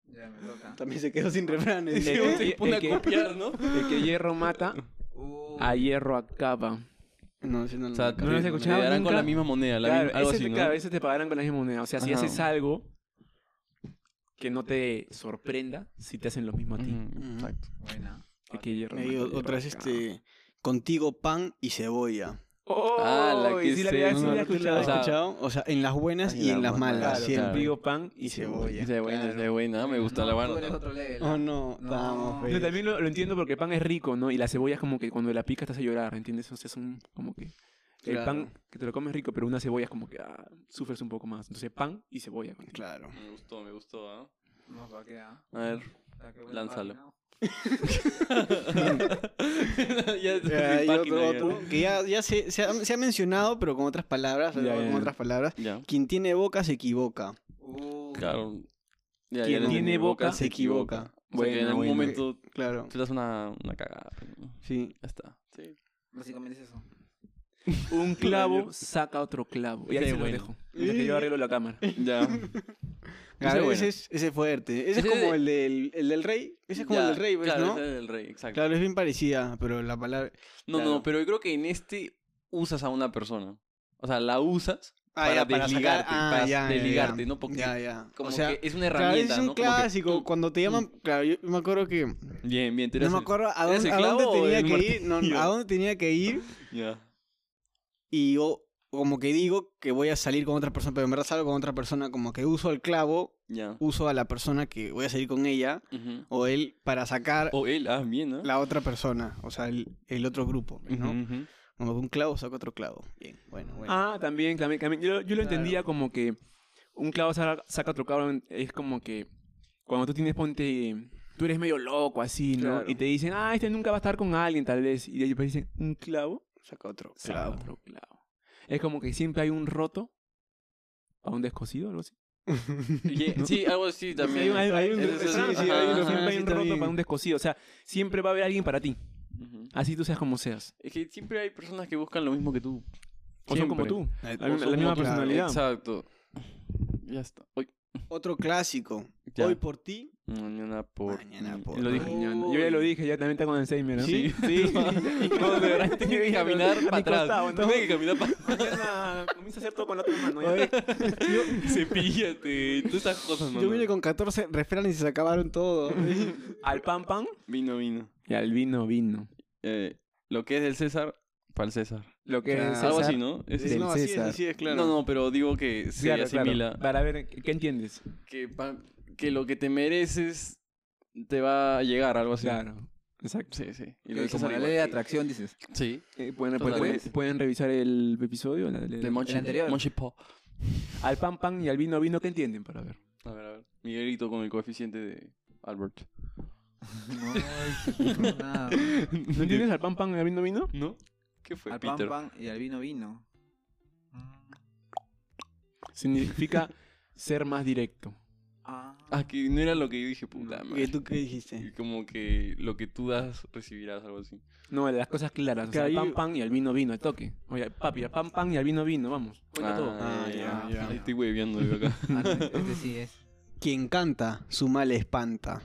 D: Ya, me toca.
A: También se quedó sin refranes.
B: Eh,
A: digo.
B: eh,
C: Se pone
B: el
C: a
B: que-
C: copiar, ¿no?
B: El que hierro mata,
D: Uh,
B: a hierro acaba.
A: No, ese no lo
C: O sea,
A: toca.
B: ¿no lo has
C: te-
B: escuchado
C: Te darán con
B: nunca?
C: la misma moneda, la
B: Claro,
C: misma- algo
B: ese
C: así,
B: te-
C: ¿no?
B: claro, ese te pagarán con la misma moneda. O sea, si
C: Ajá.
B: haces algo que no te sorprenda, si te hacen lo mismo a ti.
C: Ujú, Exacto.
D: Buena.
B: El que hierro
A: Me digo,
B: mata,
A: otra es
B: hierro acaba.
A: este. Contigo pan y cebolla.
B: ¡Oh!
C: Ah, la que
B: sí, la
C: se-
B: había,
C: no,
B: sí la
C: no,
B: había
A: ¿Tú
B: escuchado.
A: la has
C: O sea,
A: escuchado? O sea, en las buenas
C: en
A: y
C: las
A: en las
C: buenas,
A: malas,
B: claro,
C: claro.
A: siempre.
B: contigo pan y
A: Y
B: cebolla.
A: cebolla.
C: Esa es buena, esa es
A: Claro.
C: buena. Me gusta la
D: No,
C: buena.
D: tú eres otro level.
A: Oh no,
D: No.
A: vamos,
B: Yo también lo, lo entiendo porque pan es rico, ¿no? Y la cebolla es como que cuando la picas te hace llorar, ¿entiendes? O sea, son como que... El
A: Claro.
B: pan que te lo comes rico, pero una cebolla es como que ah, sufres un poco más. Entonces, pan y cebolla. ¿no?
A: Claro.
C: Me gustó, me gustó, ¿ah?
D: No, pa' qué, ah.
C: A ver.
D: Pa' qué buena
C: Lánzalo.
D: página.
C: ya está
A: Ya,
C: sin
A: Eh, y
C: página,
A: otro,
C: ya.
A: otro, que ya, ya se, se ha, se ha mencionado, pero con otras palabras,
B: Ya,
A: algo
B: ya,
A: con
B: ya.
A: otras palabras.
C: Ya.
A: Quien tiene boca se equivoca.
D: Uh,
C: Claro. Ya, ya
B: Quien
C: le-
B: tiene
C: mi
B: boca
A: se equivoca.
C: O sea, que en
B: Bueno,
C: algún
B: bueno.
C: momento
A: Claro,
C: te das una, una cagada. pero
A: sí.
C: Ya está. Sí.
D: Básicamente es eso.
B: Un clavo saca otro clavo. Eh. Y ahí
C: Sí,
B: se lo
C: bueno.
B: dejo. Mientras que yo arreglo la cámara.
C: Ya.
A: Claro,
C: bueno.
A: ese, es, ese es fuerte. Ese,
C: Ese
A: es
C: de-
A: como el del, el del rey. Ese es como
C: Ya,
A: el del rey, ¿ves,
C: claro,
A: no?
C: ese es el rey, exacto.
A: Claro, es bien parecida, pero la palabra.
C: No, no,
A: Claro.
C: pero yo creo que en este usas a una persona. O sea, la usas
A: Ah,
C: para
A: ya, sacar-
C: desligarte,
A: ah,
C: para
A: ya, ya,
C: desligarte,
A: ya.
C: ¿no? Porque
A: Ya, ya.
C: como
A: o sea,
C: que es una
A: claro,
C: herramienta,
A: es un
C: ¿no? Como que,
A: clásico.
C: mm,
A: Cuando te llaman, claro, yo me acuerdo que
C: Bien, bien, tú
A: no
C: eres
A: me
C: el-
A: acuerdo a
C: ¿Eres
A: dónde,
C: el
A: a
C: clavo
A: dónde
C: o
A: tenía
C: el
A: que ir, no,
C: martillo?
A: a dónde tenía que ir
C: Ya.
A: y yo como que digo que voy a salir con otra persona, pero en verdad salgo con otra persona, como que uso el clavo,
C: Ya.
A: uso a la persona que voy a salir con ella
C: Ujú.
A: o él para sacar
C: O él, ah, bien, ¿no?
A: Uh. la otra persona, o sea, el, el otro grupo, pues,
C: Ujú,
A: ¿no?
C: ujú.
A: Como que un clavo saca otro clavo. Bien, bueno, bueno.
B: Ah, también, también, también. Yo, yo lo
A: Claro.
B: entendía como que un clavo saca, saca otro clavo. en- Es como que cuando tú tienes, ponte, tú eres medio loco así, ¿no?
A: Claro.
B: Y te dicen, ah, este nunca va a estar con alguien, tal vez. Y de ahí dicen, un clavo
A: Saca
C: Ah,
A: otro
B: saca
A: clavo.
B: otro clavo. Es como que siempre hay un roto a un descosido, algo así.
C: Ye- Sí, algo así también.
B: Hay un, hay- hay un-
C: Ese es-
B: sí, sí,
C: ajá,
B: hay un-
C: ajá.
B: siempre hay
A: sí,
B: un roto
A: también.
B: para un descosido. O sea, siempre va a haber alguien para ti.
C: Ujú.
B: Así tú seas como seas.
C: Es que siempre hay personas que buscan lo mismo que tú.
B: O son como
C: Siempre.
B: tú.
A: Eh,
B: La, la
A: otro-
B: misma
A: otro-
B: personalidad.
C: Exacto. Ya está. Hoy.
A: Otro clásico.
C: Ya.
A: Hoy por ti,
C: Mañana por.
A: Mañana
C: mí.
A: por
C: Lo dije.
A: mí.
B: Mañana. Yo ya lo dije, ya también está con Alzheimer, ¿no?
C: Oh. Sí, sí. No, de verdad, tenía que caminar para atrás. Tenía que caminar para
B: Mañana comienza a hacer todo con la otra mano.
C: Cepíllate, todas esas cosas, mano.
A: yo vine con 14 refranes y se acabaron todo.
B: Al pan, pan.
C: Vino, vino.
B: Y al vino, vino.
C: Eh, lo que es del César, para el César.
D: Lo que
B: Claro.
D: es
C: Algo
B: César.
C: así, ¿no? Es-
B: Del
A: no, así es,
B: César.
A: así es, claro.
C: No, no, pero digo que se
B: Claro, claro.
C: asimila.
B: Para ver, ¿qué entiendes?
C: Que, pa- que lo que te mereces te va a llegar, algo así.
B: Claro. Exacto.
C: Sí, sí. Y
D: que
C: lo de
D: como
C: César
D: la
C: igual.
D: ley de atracción, dices.
C: Sí.
B: Eh, pueden, pueden-
C: Totalmente.
B: pueden revisar el episodio. la- la-
C: De Monchi.
D: el anterior.
C: Monchi Po.
B: al pan pan y al vino vino, ¿qué entienden? Para ver.
C: A ver, a ver. Miguelito con el coeficiente de Albert.
D: No, ay, nada.
B: ¿No entiendes al pan pan y al vino vino?
C: ¿No? ¿Qué fue,
D: Al pan
C: Pues Peter?
D: pan y al vino vino.
B: Significa ser más directo.
D: Ah,
C: Ah, que no era lo que yo dije, puta
A: ¿Y
C: madre.
A: tú qué
C: Y
A: dijiste?
C: como que lo que tú das, recibirás, algo así.
B: No, las cosas claras. O sea,
A: Claro,
B: al pan
A: yo-
B: pan y al vino vino, al toque. Oye, papi, al pan pan y al vino vino, vamos. Cuenta
C: Ah,
B: todo.
A: Ah,
C: ya,
A: ya,
C: ya.
A: ya.
C: Ahí estoy hueveando yo acá.
D: ah, no, este sí es.
A: Quien canta, su mal espanta.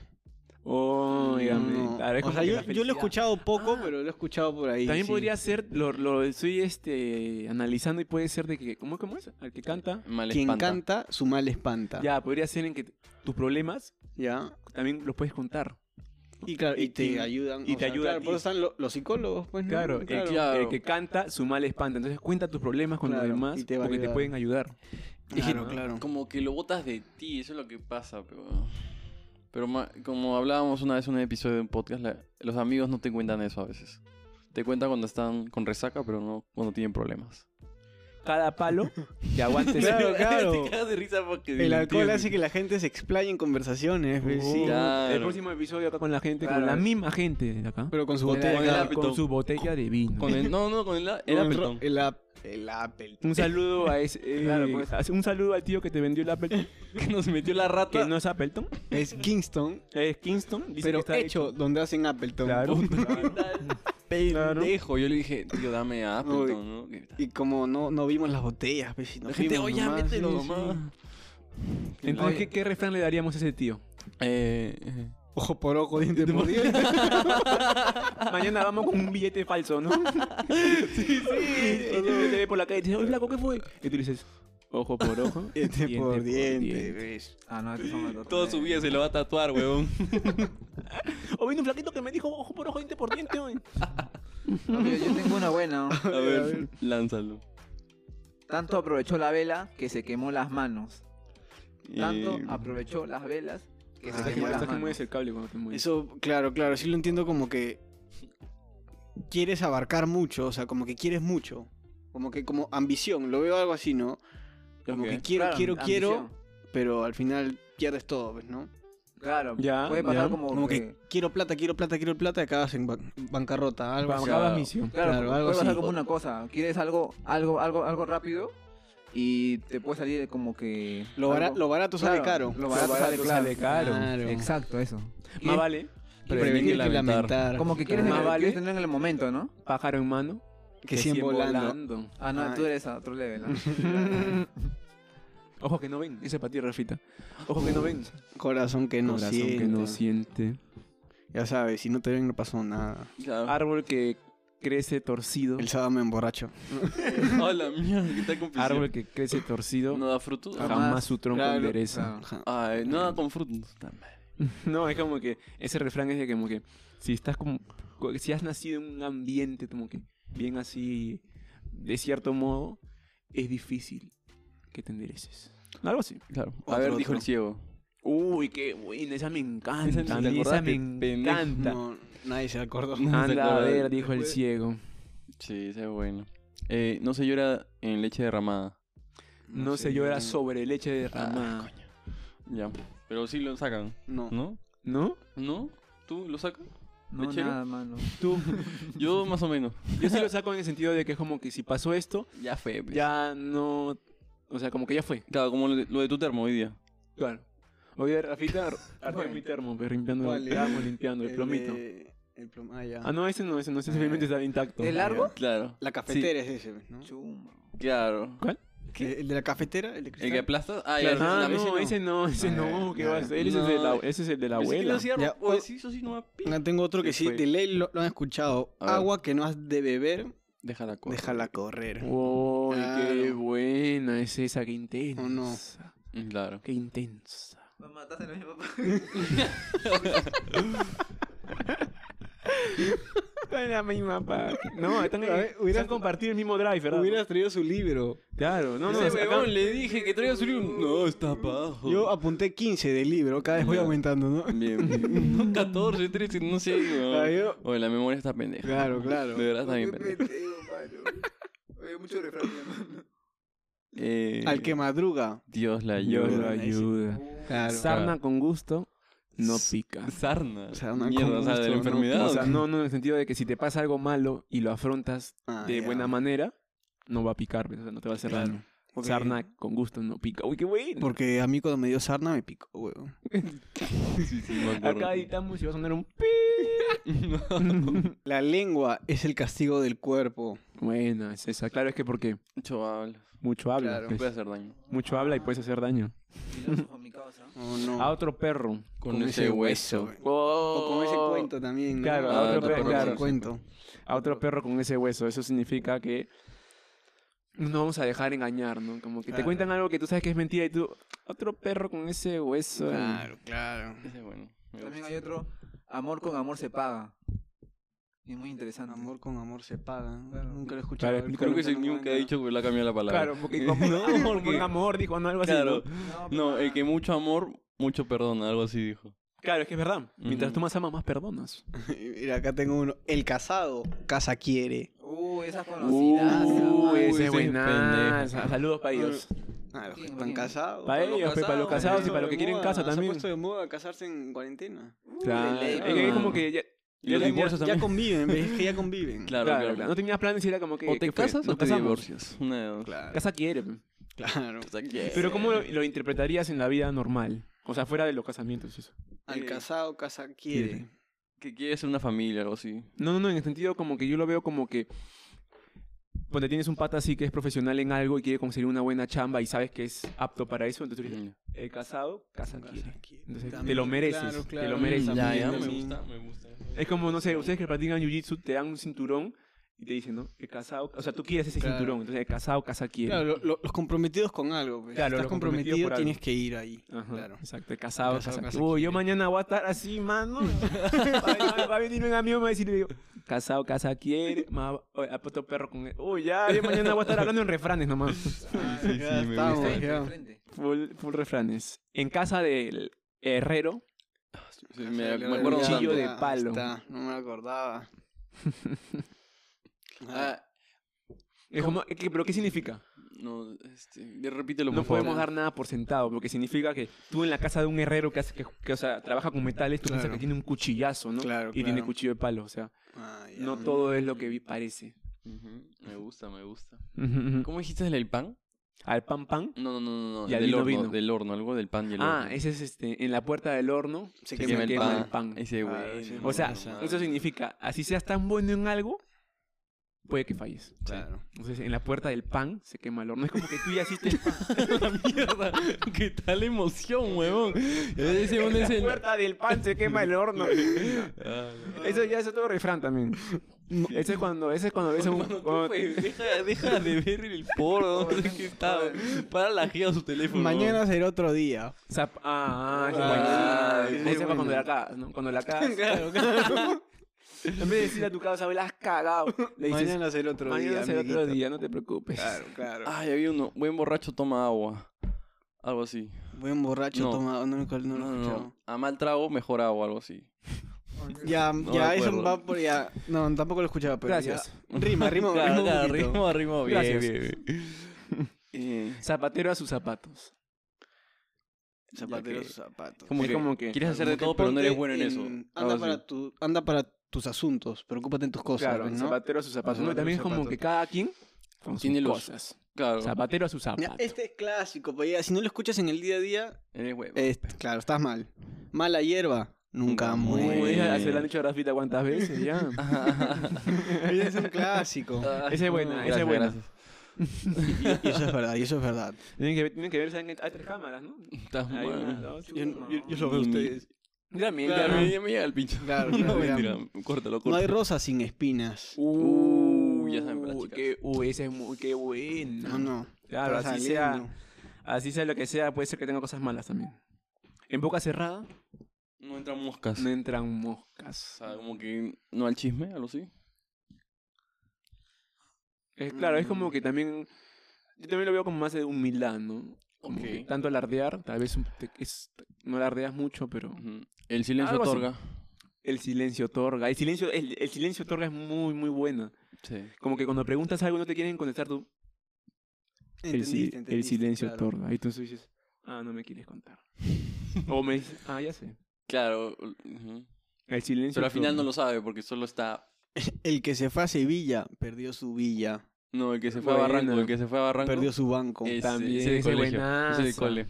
B: Oh, dígame.
A: Mm, No.
B: Claro, es
A: O
B: como
A: sea,
B: que
A: yo,
B: la
A: yo lo he
B: felicidad.
A: escuchado poco,
B: Ah.
A: pero lo he escuchado por ahí.
B: También
A: sí.
B: podría ser, lo, lo estoy este, analizando y puede ser de que, ¿cómo, cómo es? Al que canta.
C: Mal
A: Quien
C: espanta.
A: canta, su mal espanta.
B: Ya, podría ser en que t- tus problemas
A: ¿Ya?
B: también los puedes contar.
A: Y claro, y,
B: Y
A: te
B: quien-
A: ayudan.
B: y
A: o
B: te
A: sea,
B: ayuda a
A: claro,
B: ti.
A: por eso están lo- los psicólogos, pues, ¿no?
B: Claro, el que-
A: claro.
C: claro.
B: El, que canta, su mal espanta. Entonces cuenta tus problemas con
A: Claro,
B: los demás
A: y te va a
B: porque te
A: ayudar.
B: pueden ayudar.
A: Claro, claro.
C: Como que lo botas de ti, eso es lo que pasa, pero... Pero ma- como hablábamos una vez en un episodio de un podcast, la- los amigos no te cuentan eso a veces. Te cuentan cuando están con resaca, pero no cuando tienen problemas.
B: Cada palo que aguantes.
A: Claro, claro.
C: te quedas de risa porque...
A: El alcohol
C: entiendes.
A: hace que la gente se explaye en conversaciones, ¿ves?
B: Oh,
A: Sí.
C: Claro.
B: El próximo episodio acá con la gente,
D: Claro.
B: con la misma gente de acá.
A: Pero con su
C: Con
A: botella.
C: el-
A: cada-
C: el-
B: con su botella de vino.
C: Con el- No, no, con el... a- Era
A: con el ro-
C: perdón.
A: El, ap- el Apple.
B: Un saludo a ese, eh,
D: Claro, pues.
B: hace- un saludo al tío que te vendió el Appleton,
C: Que nos metió la rata.
B: que no es Appleton,
A: Es Kingston,
B: es Kingston, dice que
A: pero
B: está
A: hecho, donde hacen Appleton.
B: Claro. Claro.
C: Pendejo. Yo le dije, tío, dame a
A: Uy.
C: Appleton, ¿no? Que-
A: Y como no, no vimos las botellas, pues, y nos
C: La gente,
A: fuimos
C: oye, ya,
A: nomás".
C: mételo
A: Sí,
C: nomás.
A: sí.
B: Entonces, ¿qué, qué refrán le daríamos a ese tío?
C: Eh, eh.
A: Ojo por ojo, diente por diente.
B: Mañana vamos con un billete falso, ¿no? sí, sí. Y te, te ve por la calle y te dice, oye, flaco, ¿qué fue? Y tú dices, ojo por ojo,
A: Diente por diente,
B: ¿ves?
D: Ah, no, estos son los otros.
C: Todo su vida se lo va a tatuar, weón.
B: O vino un flaquito que me dijo, ojo por ojo, diente por diente, oye.
D: No, mira, yo tengo una buena.
C: A ver, lánzalo.
D: Tanto aprovechó la vela que se quemó las manos. Tanto
C: Eh,
D: aprovechó las velas que se
A: Ah,
D: quemó
A: ya,
D: las
B: Estás que
D: manos.
B: mueves el cable cuando te mueves.
A: Eso, claro, claro, sí lo entiendo como que quieres abarcar mucho, o sea, como que quieres mucho. Como que como ambición, lo veo algo así, ¿no? Como
B: Ok.
A: que quiero,
D: Claro,
A: quiero, quiero,
D: ambición.
A: pero al final pierdes todo, ¿ves, no?
D: Claro,
B: Ya,
D: puede pasar
B: ya.
D: como,
A: Como que
D: que...
A: quiero plata, quiero plata, quiero plata y acabas en ban- bancarrota, algo así.
B: Pues, Acabas misión.
D: Claro,
A: Claro, algo
D: puede pasar
A: así.
D: como una cosa. Quieres algo, algo, algo, algo rápido y te puede salir como que...
A: Lo, bara-
D: algo-
A: lo barato sale
D: Claro,
A: caro.
D: Lo barato, sale, claro.
B: Sale caro.
D: Exacto, eso.
B: Más vale
A: Prevenir, que lamentar.
D: Como que quieres,
B: Más
D: quieres
B: vale-
D: tener en el momento, ¿no?
B: pájaro en mano
A: que siguen volando.
D: Ah, no,
A: Ah,
D: tú eres a otro level. ¿no?
B: Ojo que no ven, ese es para ti, Rafita. Ojo que no ven.
A: Corazón que no
B: Corazón
A: siente.
B: que no siente.
A: Ya sabes, si no te ven no pasó nada.
C: Claro.
B: Árbol que crece torcido.
A: El sábado me emborracho.
C: Hola, mía, qué tal con
B: Árbol que crece torcido.
C: ¿No da frutos?
B: jamás,
D: jamás,
B: su tronco
A: claro,
B: endereza.
A: Ajá.
C: Ay, no da con frutos. Puta madre.
B: No, es como que ese refrán es de que como que si estás como co- si has nacido en un ambiente como que bien así de cierto modo es difícil que te endereces. Algo así.
C: Claro. A
A: Otro,
C: ver, dijo
A: otro.
C: el ciego.
B: Uy, qué buena, esa me encanta.
C: Esa ni
B: a
C: te
B: mí Esa me
C: acordaste, pendejo.
B: encanta.
A: No, nadie se acordó.
B: Anda a
C: acuerda.
B: ver, dijo el
A: Después-
B: ciego.
C: Sí, ese es bueno. Eh, no se llora en leche derramada.
B: No Ah, se llora sobre leche derramada.
C: Ya. Pero sí lo sacan,
A: No.
C: ¿no?
B: ¿No?
C: ¿No? ¿Tú lo sacas?
D: No,
C: ¿Lechero?
D: nada, mano.
B: Tú,
C: Yo más o menos.
B: yo sí lo saco en el sentido de que es como que si pasó esto,
C: Ya fue. pues.
B: ya no. O sea, como que ya fue.
C: Claro, como lo de, lo de tu termo hoy día.
B: Claro. Oye, Rafita, arriba mi termo, pero limpiando,
A: ¿Cuál es?
B: estábamos limpiando el,
A: El
B: plomito.
A: de- el plom- ah, ya.
B: Ah, no, ese no, ese no, ese simplemente está intacto.
D: ¿El largo?
C: Claro.
A: La cafetera es ese, ¿no?
D: Chuma.
C: Claro.
A: El de la cafetera, el de
C: ¿El que
A: cristal.
C: aplastas? Ah, ya.
B: Claro. Ah,
C: ese
B: no, ese no, ese
A: Ah,
B: no,
A: ya,
B: ¿qué
A: ya.
B: va a ser? Ese, es de la,
C: No.
B: ese es el de la
C: Pensé que lo
B: abuela. oh.
C: hacía
A: Ya,
C: ro- o
A: o-
C: sí, eso sí no va a pi-
A: Ah, Tengo otro que
C: Ese
A: sí,
C: fue.
A: de ley lo, lo han escuchado.
C: A ver.
A: Agua que no has de beber,
C: Déjala correr.
A: déjala correr.
B: Uy, qué
A: Claro.
B: buena es esa, qué intensa.
A: no?
C: Mm, Claro.
B: Qué intensa.
D: Me mataste a mi papá.
B: Está en la misma página. No, están,
A: A ver,
B: en,
A: hubieras-
B: se han compartido el mismo drive, ¿verdad?
A: Hubieras traído su libro.
B: Claro, no, no.
C: Ese
B: o sea, acá-
C: huevón le dije que traiga su libro. No, está abajo.
A: Yo apunté 15 del libro, cada vez voy
C: Ya.
A: aumentando, ¿no?
C: Bien. No, 14, 13, no sé. weón.
A: Ah, yo-
C: Oye, la memoria está pendeja.
A: Claro, claro.
C: De verdad está bien
D: Qué
C: pendeja.
D: pendejo, mano. Oye, mucho refrán, mi hermano.
C: Eh,
A: Al que madruga.
C: Dios la
B: Dios
C: ayuda.
B: la ayuda.
A: Claro.
B: Sarna con gusto no pica.
C: Sarna.
A: Sarna con
C: Mierda, o sea, de la
A: gusto, ¿no?
C: enfermedad.
B: O sea, no, no en el sentido de que si te pasa algo malo y lo afrontas
A: Ah,
B: de
A: ya.
B: buena manera, no va a picar, pues, o sea, no te va a hacer daño.
A: Porque-
B: Sarna con gusto no pica. Uy, qué bueno.
A: Porque a mí cuando me dio sarna me picó, weón.
C: Sí, sí, me acuerdo.
B: Acá editamos y va a sonar un pi.
A: La lengua es el castigo del cuerpo.
B: bueno, es esa. Claro, es que porque
C: Chaval.
B: mucho habla.
A: Claro,
B: pues.
C: Puede hacer daño.
B: Mucho habla y puedes hacer daño.
D: Filósofo, mi causa.
A: Oh,
B: A
A: no.
B: otro perro.
C: Con,
A: Con
C: ese
A: ese
C: hueso.
A: hueso, O con ese cuento también, ¿no?
B: Claro,
C: Ah,
A: Ah,
C: otro
A: con
C: pe-
A: ese
C: claro.
A: cuento.
B: A otro perro con ese hueso. Eso significa que no nos vamos a dejar engañar, ¿no? Como que te
A: Claro.
B: cuentan algo que tú sabes que es mentira y tú... Otro perro con ese hueso.
A: Claro, claro.
C: Ese es bueno. Me
D: También
C: gusta.
D: hay otro, amor con amor se paga. Y es muy interesante.
A: Amor con amor se paga. ¿no? Nunca
D: Claro.
A: lo he
B: Claro,
A: escuchado.
B: explícalo.
C: Creo que es el mismo que ha dicho que le ha cambiado la palabra.
B: Claro, porque como, como un amor dijo ¿no? algo
C: Claro.
B: así. ¿no?
C: No, el que mucho amor, mucho perdón, algo así dijo.
B: Claro, es que es verdad. Mientras
C: Ujú.
B: tú más amas, más perdonas.
A: Mira, acá tengo uno. El casado, casa quiere.
D: Uh, esas conocidas.
B: Uy,
D: hermano.
B: ese es buenaza.
C: pendejo.
B: Saludos para ellos.
A: Ah, los que
D: ¿Quién,
A: están
D: quién?
A: casados.
B: Pa' ellos, pe, pa' los casados y
A: Está
B: para los
A: de
B: que quieren
A: moda,
B: casa
A: Se ha
B: también.
A: puesto de moda casarse en cuarentena.
B: Claro.
D: ley,
B: Es que es
C: mano.
B: como que ya,
C: Y los
B: ya-
C: divorcios
A: Ya
C: también.
A: conviven, ¿ves? Es que ya conviven.
C: Claro,
B: claro,
C: claro.
B: claro. No tenías planes y era como que.
C: O te
B: ¿qué fue?
C: casas o
B: Nos
C: te
B: casamos.
C: divorcias. Una de dos.
A: Claro.
B: Casa quiere. pues. pe.
A: claro.
C: O sea, ¿qué?
B: Pero ¿cómo lo, lo interpretarías en la vida normal? O sea, fuera de los casamientos. Eso.
A: Al
C: Eh,
A: casado, casa quiere.
B: quiere.
C: Que quieres ser una familia, algo así.
B: No, no, no. En el sentido como que yo lo veo como que. Cuando tienes un pata así que es profesional en algo y quiere conseguir una buena chamba y sabes que es apto para eso, entonces tú dices,
C: Ya.
B: eh, casado, casa
A: Casa
B: quiere.
A: quiere.
B: Entonces,
A: También,
B: te lo mereces,
A: claro,
B: te
A: claro.
B: lo mereces.
A: Mm,
C: Ya,
A: también,
C: ya, me
A: también.
C: gusta, me gusta.
B: Es como, no sé, ustedes que practican jiu-jitsu te dan un cinturón y te dicen, ¿no? El casado, o sea, tú quieres ese
A: Claro.
B: cinturón, entonces el casado casa quiere.
A: Claro, lo- lo- los comprometidos con algo. pues.
B: Claro,
A: si
B: los
A: estás comprometido,
B: comprometidos por algo.
A: tienes que ir ahí.
B: Ajá,
A: Claro.
B: Exacto, el casado,
A: Casado,
B: casa
A: casa
B: quiere. Uy, yo
A: quiere.
B: mañana voy a estar así, mano. va, a venir- va a venir un amigo y me va a decir, le digo, casado, casa quiere, más oye, a puto perro con él. Uy, ya, yo mañana voy a estar hablando en refranes nomás.
D: Ah,
C: sí,
A: Ya
C: sí, me
A: estamos,
D: frente,
A: ya.
D: frente.
B: Full, full refranes. En casa del herrero,
C: Sí, me,
A: Sale
C: me
A: la
C: acuerdo
A: verdad.
B: cuchillo
C: tanto.
B: de
A: Ya
B: palo.
A: está, no me acordaba.
C: Ah,
B: es como, ¿qué- ¿pero qué significa?
C: no, este, ya repítelo, por
B: No
C: favor.
B: podemos dar nada por sentado, porque significa que tú en la casa de un herrero que, hace, que, que, o sea, trabaja con metales, tú piensas
A: Claro.
B: que tiene un cuchillazo, ¿no?
A: Claro,
B: Y tiene
A: claro.
B: cuchillo de palo, o sea,
A: Ah, ya.
B: no todo es lo que vi- parece.
C: Ujú, Me gusta, me gusta.
B: ¿Cómo?
C: ¿Cómo dijiste del pan?
B: Al pan pan.
C: No, no, no, no, no.
B: Y al
C: del
B: vino,
C: horno,
B: vino.
C: del horno, algo del pan y el horno.
B: Ah, ese es este, en la puerta del horno.
A: Se
C: que
A: quema
B: me
A: el
B: quema
A: pan.
B: el pan.
C: Ese
A: Ah,
C: güey.
A: ese
B: O sea,
A: Esa-
B: eso significa, así seas tan bueno en algo, puede que falles.
A: Claro.
B: Entonces, en la puerta del pan se quema el horno. Es como que tú ya hiciste el pan.
C: la mierda. Qué tal emoción, huevón. Ese un
B: En la
C: ese.
B: puerta del pan se quema el horno.
C: Ah,
B: Eso ya es otro refrán también. Ese es cuando, ese es cuando ves a un...
C: Mano, ¿qué
B: cuando-
C: fue? Deja, deja de ver el porno. No sé qué está. Para la gira su teléfono.
A: Mañana será otro día.
B: Zap- ah, ah, ese es
C: Ah,
A: ese
B: buenísimo.
A: es
B: Ese es
A: bueno.
B: cuando la cagas, ¿no? Cuando la cagas. En vez de decirle a tu casa, "Oye, la has cagado, le dices, mañana,
A: Mañana será otro día.
B: será otro
A: amiguito.
B: día, no te preocupes.
A: Claro, claro.
C: Ay, había uno. Buen borracho toma agua. Algo así.
A: Buen borracho
C: No.
A: tomado. No, me acuerdo, no
C: No,
A: lo he
C: no, no.
A: escuchado.
C: A mal trago, mejor agua, algo así.
A: Ya,
C: No
A: ya,
C: me
A: eso
C: acuerdo.
A: va por ya. No, tampoco lo escuchaba, pero.
B: Gracias.
A: ya. Rima, rima,
C: Claro,
A: rima. un
C: claro,
A: poquito.
C: ritmo, ritmo, bien,
B: Gracias.
C: bien, bien. Eh,
B: Zapatero a sus zapatos.
A: Zapatero,
C: Ya que-
A: zapatos.
C: como
B: Es
C: que
B: como que-
C: quieres hacer
A: Como
C: de
A: que
C: todo, pero no eres
A: ponte
C: bueno en eso.
A: en-
C: algo
A: Anda
C: así.
A: para, tu, anda para tus asuntos, preocúpate en tus cosas,
B: Claro,
A: pues, ¿no?
B: zapatero a sus zapatos.
A: Ah,
B: No, y también es
A: los
B: como
A: zapatos.
B: que cada quien con sus
C: Tiene los-
B: cosas.
C: Claro,
B: Zapatero a sus
A: Ya,
B: zapatos.
A: este es clásico, pues ya, si no lo escuchas en el día a día,
C: eres huevo.
A: es- claro, estás mal. Mala hierba, nunca
C: Nunca
B: Como
A: muere.
C: muere.
B: ella se la han dicho a Rafita cuántas veces ya.
A: Ese es un clásico.
B: Esa es buena, esa es
C: Gracias,
B: buena.
C: gracias.
A: Y eso es verdad, y eso es verdad.
B: Tienen que, ver- tienen que ver, ¿saben? Hay tres cámaras, ¿no?
C: Estás
B: Hay una,
C: mal.
B: dos,
A: Yo, yo- yo lo veo a
C: Ni-
A: ustedes.
B: También,
A: Claro.
B: también.
C: Ya me llega el pincho.
A: Claro,
C: Mm. No,
A: claro,
C: mentira.
A: ya.
C: Córtalo,
A: No hay
C: córtalo.
A: rosas sin espinas.
B: Uh,
C: ya saben, para las chicas.
B: qué, uy, ese es muy, qué bueno.
A: No, no.
B: Claro,
A: está
B: así sea.
A: saliendo.
B: Así sea lo que sea, puede ser que tenga cosas malas también. En boca cerrada
C: No entran moscas.
B: no entran
C: O
B: moscas.
C: sea, como que no al chisme, algo así.
B: Es, claro, es como que también. Yo también lo veo como más de humildad, ¿no? Como
C: Ok.
B: que tanto alardear, tal vez un- te- es- no alardeas mucho, pero.
C: Ujú. El silencio
B: Algo así.
C: otorga.
B: El silencio otorga. El silencio, el, el silencio otorga es muy, muy buena.
C: Sí.
B: Como que cuando preguntas algo y no te quieren contestar, tú. El, si-
A: Entendiste,
B: el
A: entendiste,
B: silencio
A: claro.
B: otorga. Y tú dices, ah, no me quieres contar. o me dices, ah, ya sé.
C: Claro. ujú.
B: El silencio
C: Pero al final no
B: otorga.
C: lo sabe porque solo está
A: El que se fue a Sevilla perdió su villa,
C: No, el que se fue a Barranco,
B: Bueno.
C: el que se fue a Barranco.
A: perdió su banco.
C: ese-
B: También,
C: ese de
B: ese
C: colegio, ese de
B: buenazo.
C: cole.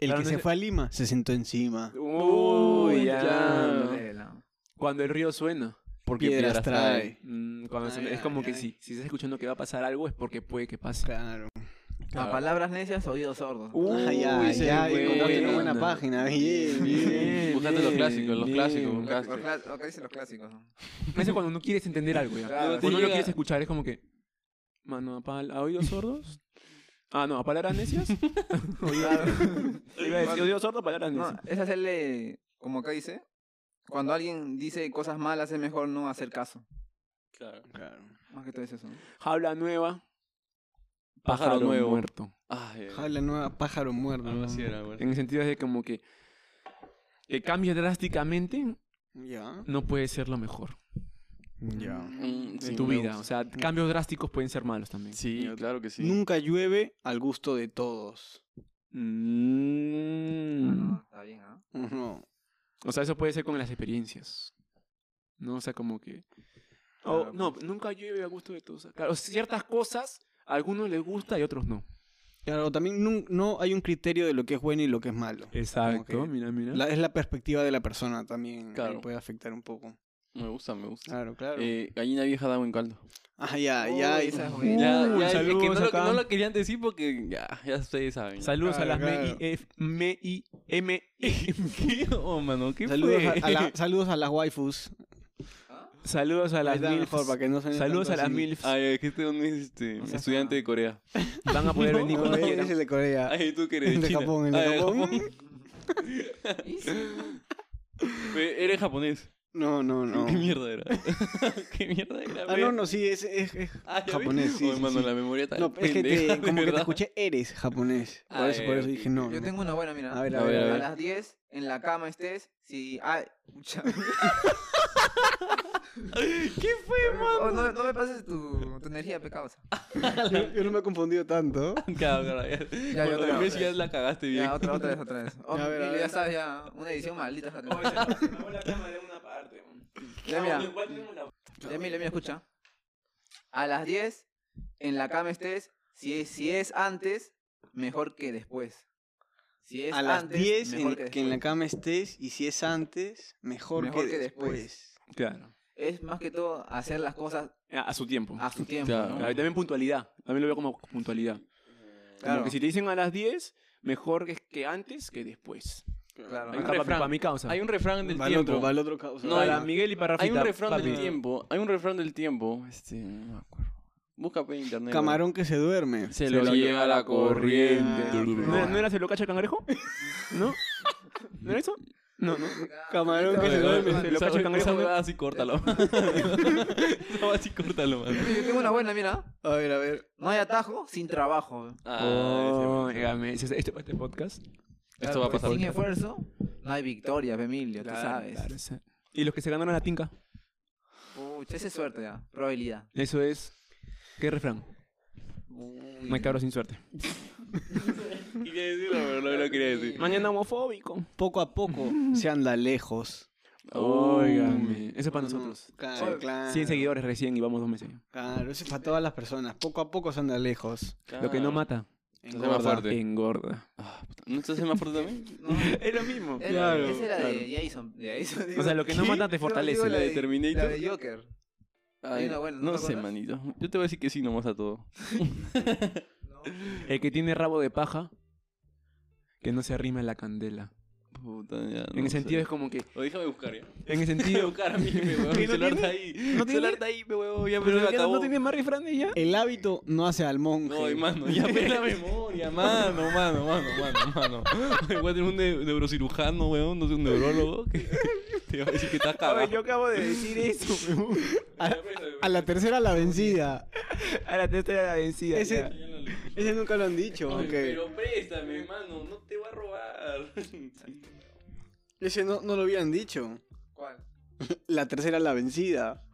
A: El
B: claro,
A: que
B: no
A: se
B: sé-
A: fue a Lima se sentó encima.
B: Uy,
C: Uy,
B: ya.
C: ya.
B: Lela. Cuando el río suena.
C: Porque
A: Piedras
C: piedras
A: trae.
C: trae.
B: Mm, cuando se-
A: Ay,
B: es como
A: ay,
B: que
A: ay.
B: si, si estás escuchando que va a pasar algo es porque puede que pase.
A: Claro.
D: A
C: Claro.
D: palabras necias, oídos sordos.
A: Ah, ya,
B: se
A: ya,
B: fue.
A: encontraste una buena
C: buena.
A: página. Bien, bien.
B: Bien,
C: Buscaste los
B: bien,
C: clásicos, los
B: bien.
C: clásicos,
D: Lo
C: buscaste.
D: lo cla- lo que dicen los clásicos. ¿no?
B: Eso es cuando no quieres entender algo ya.
D: Claro,
B: cuando no
C: llega-
B: lo quieres escuchar es como que... Mano, a, pal- a oídos sordos. Ah, no, a palabras necias. Iba a decir oídos sordos, palabras
D: No,
B: necias.
D: es hacerle, como acá dice, cuando alguien dice cosas malas es mejor no hacer caso.
C: Claro.
A: Claro.
D: Más que todo es eso. ¿no?
B: Jaula nueva.
C: Pájaro
B: Pájaro
C: nuevo.
B: muerto.
C: Ay, ay,
A: Jala nueva, pájaro muerto.
C: algo
A: ¿no?
C: así era, güey.
B: En el sentido de como que... Que cambia drásticamente,
A: Ya.
B: no puede ser lo mejor.
A: Ya.
C: Mm, sí,
B: en tu
C: me
B: vida. O
C: gusta.
B: sea, cambios drásticos pueden ser malos también.
C: Sí, claro que sí.
A: Nunca llueve al gusto de todos.
B: Mm.
D: Ah, está bien, ¿ah?
A: Ujú.
B: O sea, eso puede ser con las experiencias. ¿No? O sea, como que. ah, pues o-
D: Claro,
B: no, nunca llueve a gusto de todos. Claro, ciertas cosas a algunos les gusta y a otros no.
A: Claro, también nun- no hay un criterio de lo que es bueno y lo que es malo.
B: Exacto,
A: Como que
B: mira, mira.
A: La- es la perspectiva de la persona también. que
C: Claro.
A: Puede afectar un poco.
C: Me gusta, me gusta.
A: Claro, claro.
C: Eh, gallina vieja da buen caldo.
A: ah, ya,
D: Uy,
A: ya.
D: esa es
A: ya,
D: buena.
C: Ya,
B: Uy,
C: ya, es que no
B: saludos
C: lo,
B: acá.
C: no lo querían decir porque ya, ya ustedes saben.
B: Saludos a las
A: Claro, claro.
B: M-I-F, M-I, M, I.
C: Oh, mano, ¿qué
A: saludos,
C: fue?
A: a, a la- saludos a las waifus.
B: Saludos a
A: Ahí
B: las
A: está,
B: MILFs.
A: mejor, para que no suene
B: Saludos a
A: tanto
B: las
A: así.
B: MILFs.
C: Ay, es que este es un este,
D: seas
C: estudiante de Corea.
B: Van a poder venir
A: No,
B: cuando
A: es-
B: quieran.
A: es el de Corea.
C: Ay, tú que eres
A: el de
C: China.
A: Japón, el de
C: Ay, de
A: Japón.
C: Japón. Pe- Eres japonés.
A: No, no, no.
C: ¿Qué mierda era? ¿Qué mierda era?
A: Ah,
C: ve?
A: no, no, sí, es, es, es
C: Ah, ¿ya vi?
A: japonés. Sí,
C: Oye,
A: sí,
C: mano,
A: sí.
C: la memoria está
A: No, es que te-
C: pendeja, de
A: como que te
C: verdad.
A: escuché, eres japonés. Por
C: Ah,
A: eso, por
C: eh,
A: eso
C: ok,
A: dije, no.
D: Yo
A: no.
D: tengo una buena, mira.
A: A ver,
C: a ver, a ver.
D: las 10, en la cama estés, si... Ay, pucha.
C: ¿Qué fue, mano?
D: Oh, no, no me pases tu, tu energía, pecado.
A: Yo, yo no me he confundido tanto.
C: Claro, claro, ya.
D: ya,
C: Por lo
D: otra
C: de
D: vez.
C: Messi ya la cagaste bien.
D: Ya, otra, otra vez, otra vez. Oh,
A: Ya, a ver, a
D: Emilio,
A: ver.
D: ya sabes, ya, una edición maldita. esta temporada. Ya, mira. Ya, Emilio,
C: Eh,
D: mira, escucha. A las 10, en la cama estés, si es, si es antes, mejor que después. Si es
A: A las
D: antes,
A: 10
D: mejor
A: en- que, en la
D: después.
A: cama estés y si es antes, mejor,
D: Mejor
A: que,
D: que
A: después.
B: Claro.
D: Es más que todo hacer las cosas
B: Ah, A a su tiempo.
D: a su tiempo.
C: Claro.
D: ¿no?
B: Claro, y también puntualidad. También lo veo como puntualidad. Como
D: Claro.
B: que si te dicen a las 10, mejor que, que antes que después.
D: Claro.
C: Hay un
B: Para,
C: refrán.
B: mi causa.
C: Hay un refrán del
A: Va al
C: tiempo.
A: otro, va al otro causa.
C: No,
B: para
C: hay-
B: Miguel y para
C: hay un
B: Rafita,
C: refrán del
B: papi.
C: tiempo. Hay un refrán del tiempo. Este, no me acuerdo. Busca pe- en internet.
A: Camarón que se duerme.
C: güey. Se, lo, lleva la corriente.
B: ¿No, era- no era se lo cacha cangrejo? ¿No? ¿No era eso? No, no.
A: Camarón que
C: Oye,
A: se
C: oye,
A: duerme.
B: se lo
C: esa-
B: cacha el cangrejo,
C: Esa
B: ¿no?
C: huevada así córtalo. Esa huevada así córtalo, mano.
D: Yo tengo una buena, mira.
A: A ver, a ver.
D: No hay atajo sin trabajo.
B: Oh,
C: Ah, ese-
B: dígame, ¿es este, este podcast.
C: Esto va a
D: Porque
C: pasar.
D: Sin esfuerzo, no hay victoria, Emilio, tú sabes.
B: Claro, ese. Y los que se ganaron la tinca.
D: Pucha, esa es suerte ya, probabilidad.
B: Eso es. ¿Qué refrán?
D: Uy.
B: No hay cabros sin suerte.
C: Quería decirlo, pero no lo quería decir.
B: Mañana homofóbico.
A: Poco a poco se anda lejos.
B: Óigame. Eso es para nosotros.
A: Claro,
C: Ah.
A: claro.
B: 100 seguidores recién y vamos dos meses.
A: Claro, eso es para todas las personas. Poco a poco se anda lejos.
B: Lo que no mata,
C: Se llama
A: Engorda.
C: Ah. fuerte.
B: engorda.
C: Ah, puta. ¿No estás en más fuerte también?
D: No,
B: Es lo mismo.
D: era-
A: Claro,
D: esa era de
A: claro.
D: Jason. De Jason
B: O sea, lo que no
D: ¿Qué?
B: mata te
D: Yo
B: fortalece.
D: digo
C: La de
D: La
C: Terminator.
D: de Joker.
C: Ay,
D: una buena, ¿no
C: no
D: te
C: sé,
D: acuerdas?
C: manito. Yo te voy a decir que sí nomás a todo.
B: El que tiene rabo de paja, que no se arrima a la candela.
C: Puta, ya,
B: en
C: no
B: el sentido
C: sé.
B: es como que.
C: O déjame buscar ya.
B: En el
C: Déjame
B: sentido.
C: buscar a mí, me huevo.
B: ¿Qué,
C: Mi
B: no tiene?
C: celular está ahí.
B: ¿No
C: Mi celular
B: tiene?
C: está ahí, me huevo. Ya me
B: Pero
C: lo
B: ya no,
C: acabó.
B: no tiene más refranes ya.
A: El hábito no hace al monje.
C: No, y mano, ya ve la memoria, mano, mano, mano, mano, mano. Oye, Voy a tener un neu- neurocirujano, weón, no sé, un neurólogo que te va a decir que estás
B: Ay,
C: cagado.
B: acabo de decir eso.
A: A-
E: A la tercera la vencida.
B: A la testa era la vencida.
A: Ese-
B: ya.
A: Ese nunca lo han dicho, aunque.
C: préstame, hermano, no te va a robar.
A: Ese no, no lo habían dicho.
D: ¿Cuál? Uh,
A: La tercera la vencida.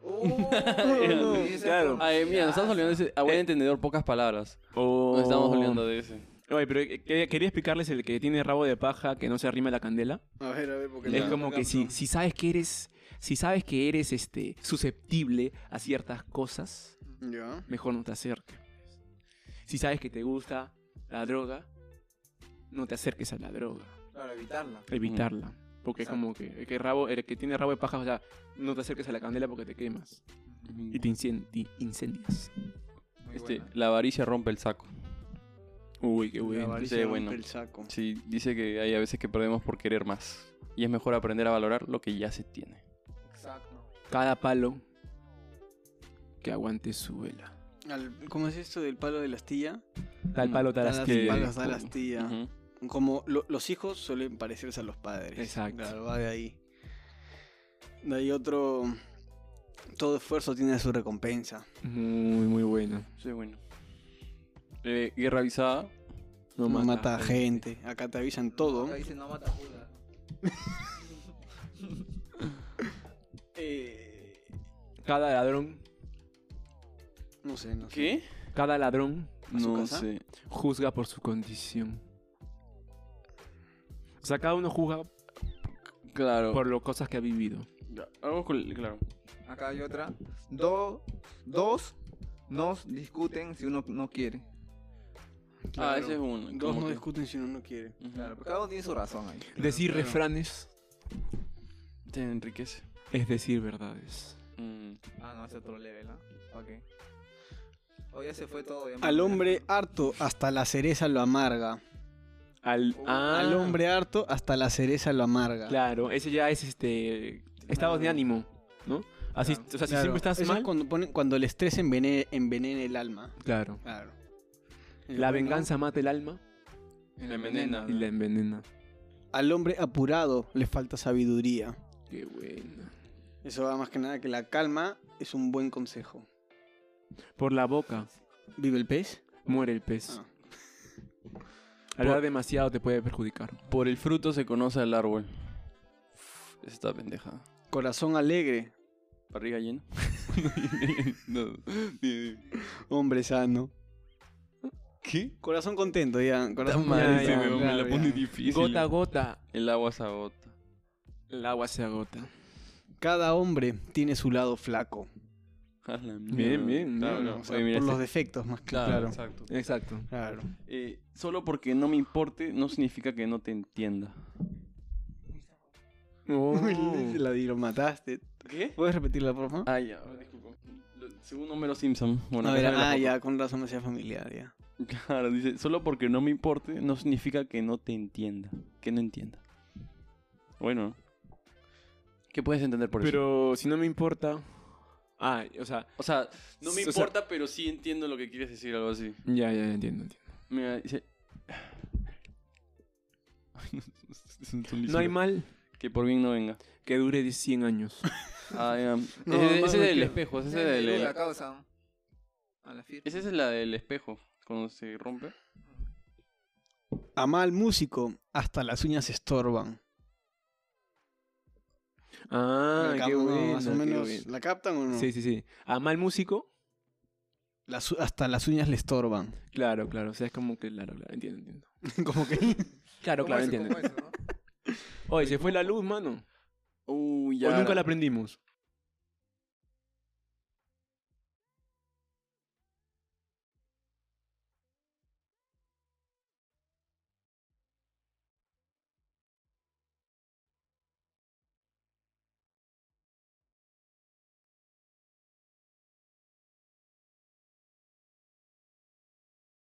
B: claro.
C: Ay, Ah, eh, mira, nos estamos olvidando
B: Eh,
C: de ese. A buen entendedor, pocas palabras. Nos estamos olvidando de ese.
B: Oh. Oye, pero eh, que- quería explicarles el que tiene rabo de paja que no se arrima a la candela.
A: A ver, a ver, porque.
B: Es
A: no-
B: como
A: no
B: que si,
A: capto.
B: si sabes que eres, si sabes que eres este susceptible a ciertas cosas,
A: Ya.
B: mejor no te acerques. Si sabes que te gusta la droga, no te acerques a la droga.
D: Claro, evitarla.
B: Evitarla. Porque
D: Exacto.
B: es como que el que, rabo, el que tiene rabo de paja, o sea, no te acerques a la candela porque te quemas. Y te incien- y incendias.
D: Muy
C: Este,
D: buena.
C: la avaricia rompe el saco.
B: Uy, qué
A: La
B: bueno.
A: avaricia
C: sí,
A: rompe
C: bueno.
A: el saco.
C: Sí, dice que hay a veces que perdemos por querer más. Y es mejor aprender a valorar lo que ya se tiene.
D: Exacto.
B: Cada palo que aguante su vela.
A: Al- ¿Cómo es esto del palo de la astilla?
B: Tal palo, tal
A: Tal
B: astilla.
A: palo, tal astilla.
C: Ujú.
A: Como lo- los hijos suelen parecerse a los padres.
B: Exacto.
A: Claro, va de ahí. De ahí otro. Todo esfuerzo tiene su recompensa.
B: Muy, muy bueno.
C: Sí, bueno. Eh, guerra avisada.
A: No mata, a gente. Acá te avisan todo.
D: Acá dice no mata Buda.
A: Eh,
B: Cada ladrón,
A: no sé, no sé.
C: ¿Qué?
B: cada ladrón
A: ¿A su
C: No
A: casa?
C: sé.
B: juzga por su condición. O sea, cada uno juzga
C: Claro.
B: por las cosas que ha vivido.
C: Algo col- claro. Ah,
D: Acá hay otra. Do- dos nos discuten si uno no quiere.
C: Ah,
A: Claro.
C: ese es uno.
A: Dos
C: como
A: no
C: que-
A: discuten si uno no quiere.
C: Ujú.
D: Claro, pero cada uno tiene su razón ahí.
B: Decir
A: claro.
B: refranes
C: Te enriquece.
B: es decir verdades.
C: Mm.
D: Ah, no, ese otro level, ¿ah? Ok. Oh, ya se fue todo. ya me
A: Al
D: olvidé.
A: hombre harto hasta la cereza lo amarga.
B: Al, ah,
A: Oh, Al hombre harto hasta la cereza lo amarga.
B: Claro, ese ya es este estado de
D: Claro.
B: ánimo, ¿no? Así,
D: Claro.
B: o sea, si
A: Ah. Claro.
B: siempre estás
A: Eso es
B: mal.
A: cuando, ponen- cuando el estrés envene- envenena el alma.
B: Claro.
A: Claro.
B: La
A: Bueno,
B: venganza mata el alma
C: La envenena.
B: y la envenena.
A: Al hombre apurado le falta sabiduría.
B: Qué bueno.
A: Eso va más que nada que la calma es un buen consejo.
B: Por la boca
A: ¿Vive el pez?
B: muere el pez.
A: Ah.
B: Hablar demasiado te puede perjudicar.
C: Por el fruto se conoce al árbol. Esta pendeja.
A: Corazón alegre,
C: Barriga llena. no.
A: hombre sano.
C: ¿Qué?
A: Corazón contento, ya. Corazón
B: madre,
A: contento,
B: ese
A: Ah, ya,
B: weón
A: claro, ya.
C: difícil.
B: Gota a gota,
C: El agua se agota.
B: el agua se agota.
A: Cada hombre tiene su lado flaco.
C: A la mierda.
B: Bien, bien,
C: Claro,
B: bien.
C: no.
A: O sea,
C: Oye, mira,
A: por los
C: este-
A: defectos más que
C: Claro,
A: claro.
C: exacto.
B: Exacto.
A: Claro.
C: Eh, solo porque no me importe no significa que no te entienda.
A: la di, lo mataste.
C: ¿Qué?
A: ¿Puedes repetirla, por favor?
C: Ah, ya, disculpa. Lo- Según Homero Simpson. Bueno,
A: A
C: acá
A: ver,
C: sale la
A: ah,
C: foto.
A: ya, con razón me hacía familiar, ya.
C: Claro, dice, solo porque no me importe no significa que no te entienda, que no entienda. Bueno, ¿qué puedes entender por eso?
B: Pero si no me importa. Ah, o sea,
C: O sea, no me
B: o sea-
C: importa, pero sí entiendo lo que quieres decir, algo así.
B: ya, ya, entiendo. entiendo.
C: Mira, dice... Ay, no, es un sonido.
B: No hay mal
C: Que por bien no venga.
B: que dure de 100 años.
C: Ah, ya. Ese-
A: No,
C: ese,
A: más
C: es
A: me
C: el
A: quedo.
C: espejo, ese es
D: Ya me
C: el...
D: olvidé la causa. A la firma.
C: Esa es la del espejo, cuando se rompe.
A: A mal músico, hasta las uñas estorban.
B: Ah,
A: La
B: qué
A: captan,
B: bueno.
A: más o
B: qué
A: menos.
B: bueno.
A: ¿La captan o no?
B: Sí, sí, sí. A mal músico,
A: Las u- hasta las uñas le estorban.
B: claro, claro. O sea, es como que, claro, claro, entiendo, entiendo.
A: como que.
B: Claro,
D: ¿Cómo
B: claro,
D: eso,
B: entiendo.
D: cómo eso, no?
B: Oye, se fue la luz, mano.
C: Uy,
B: O nunca la prendimos.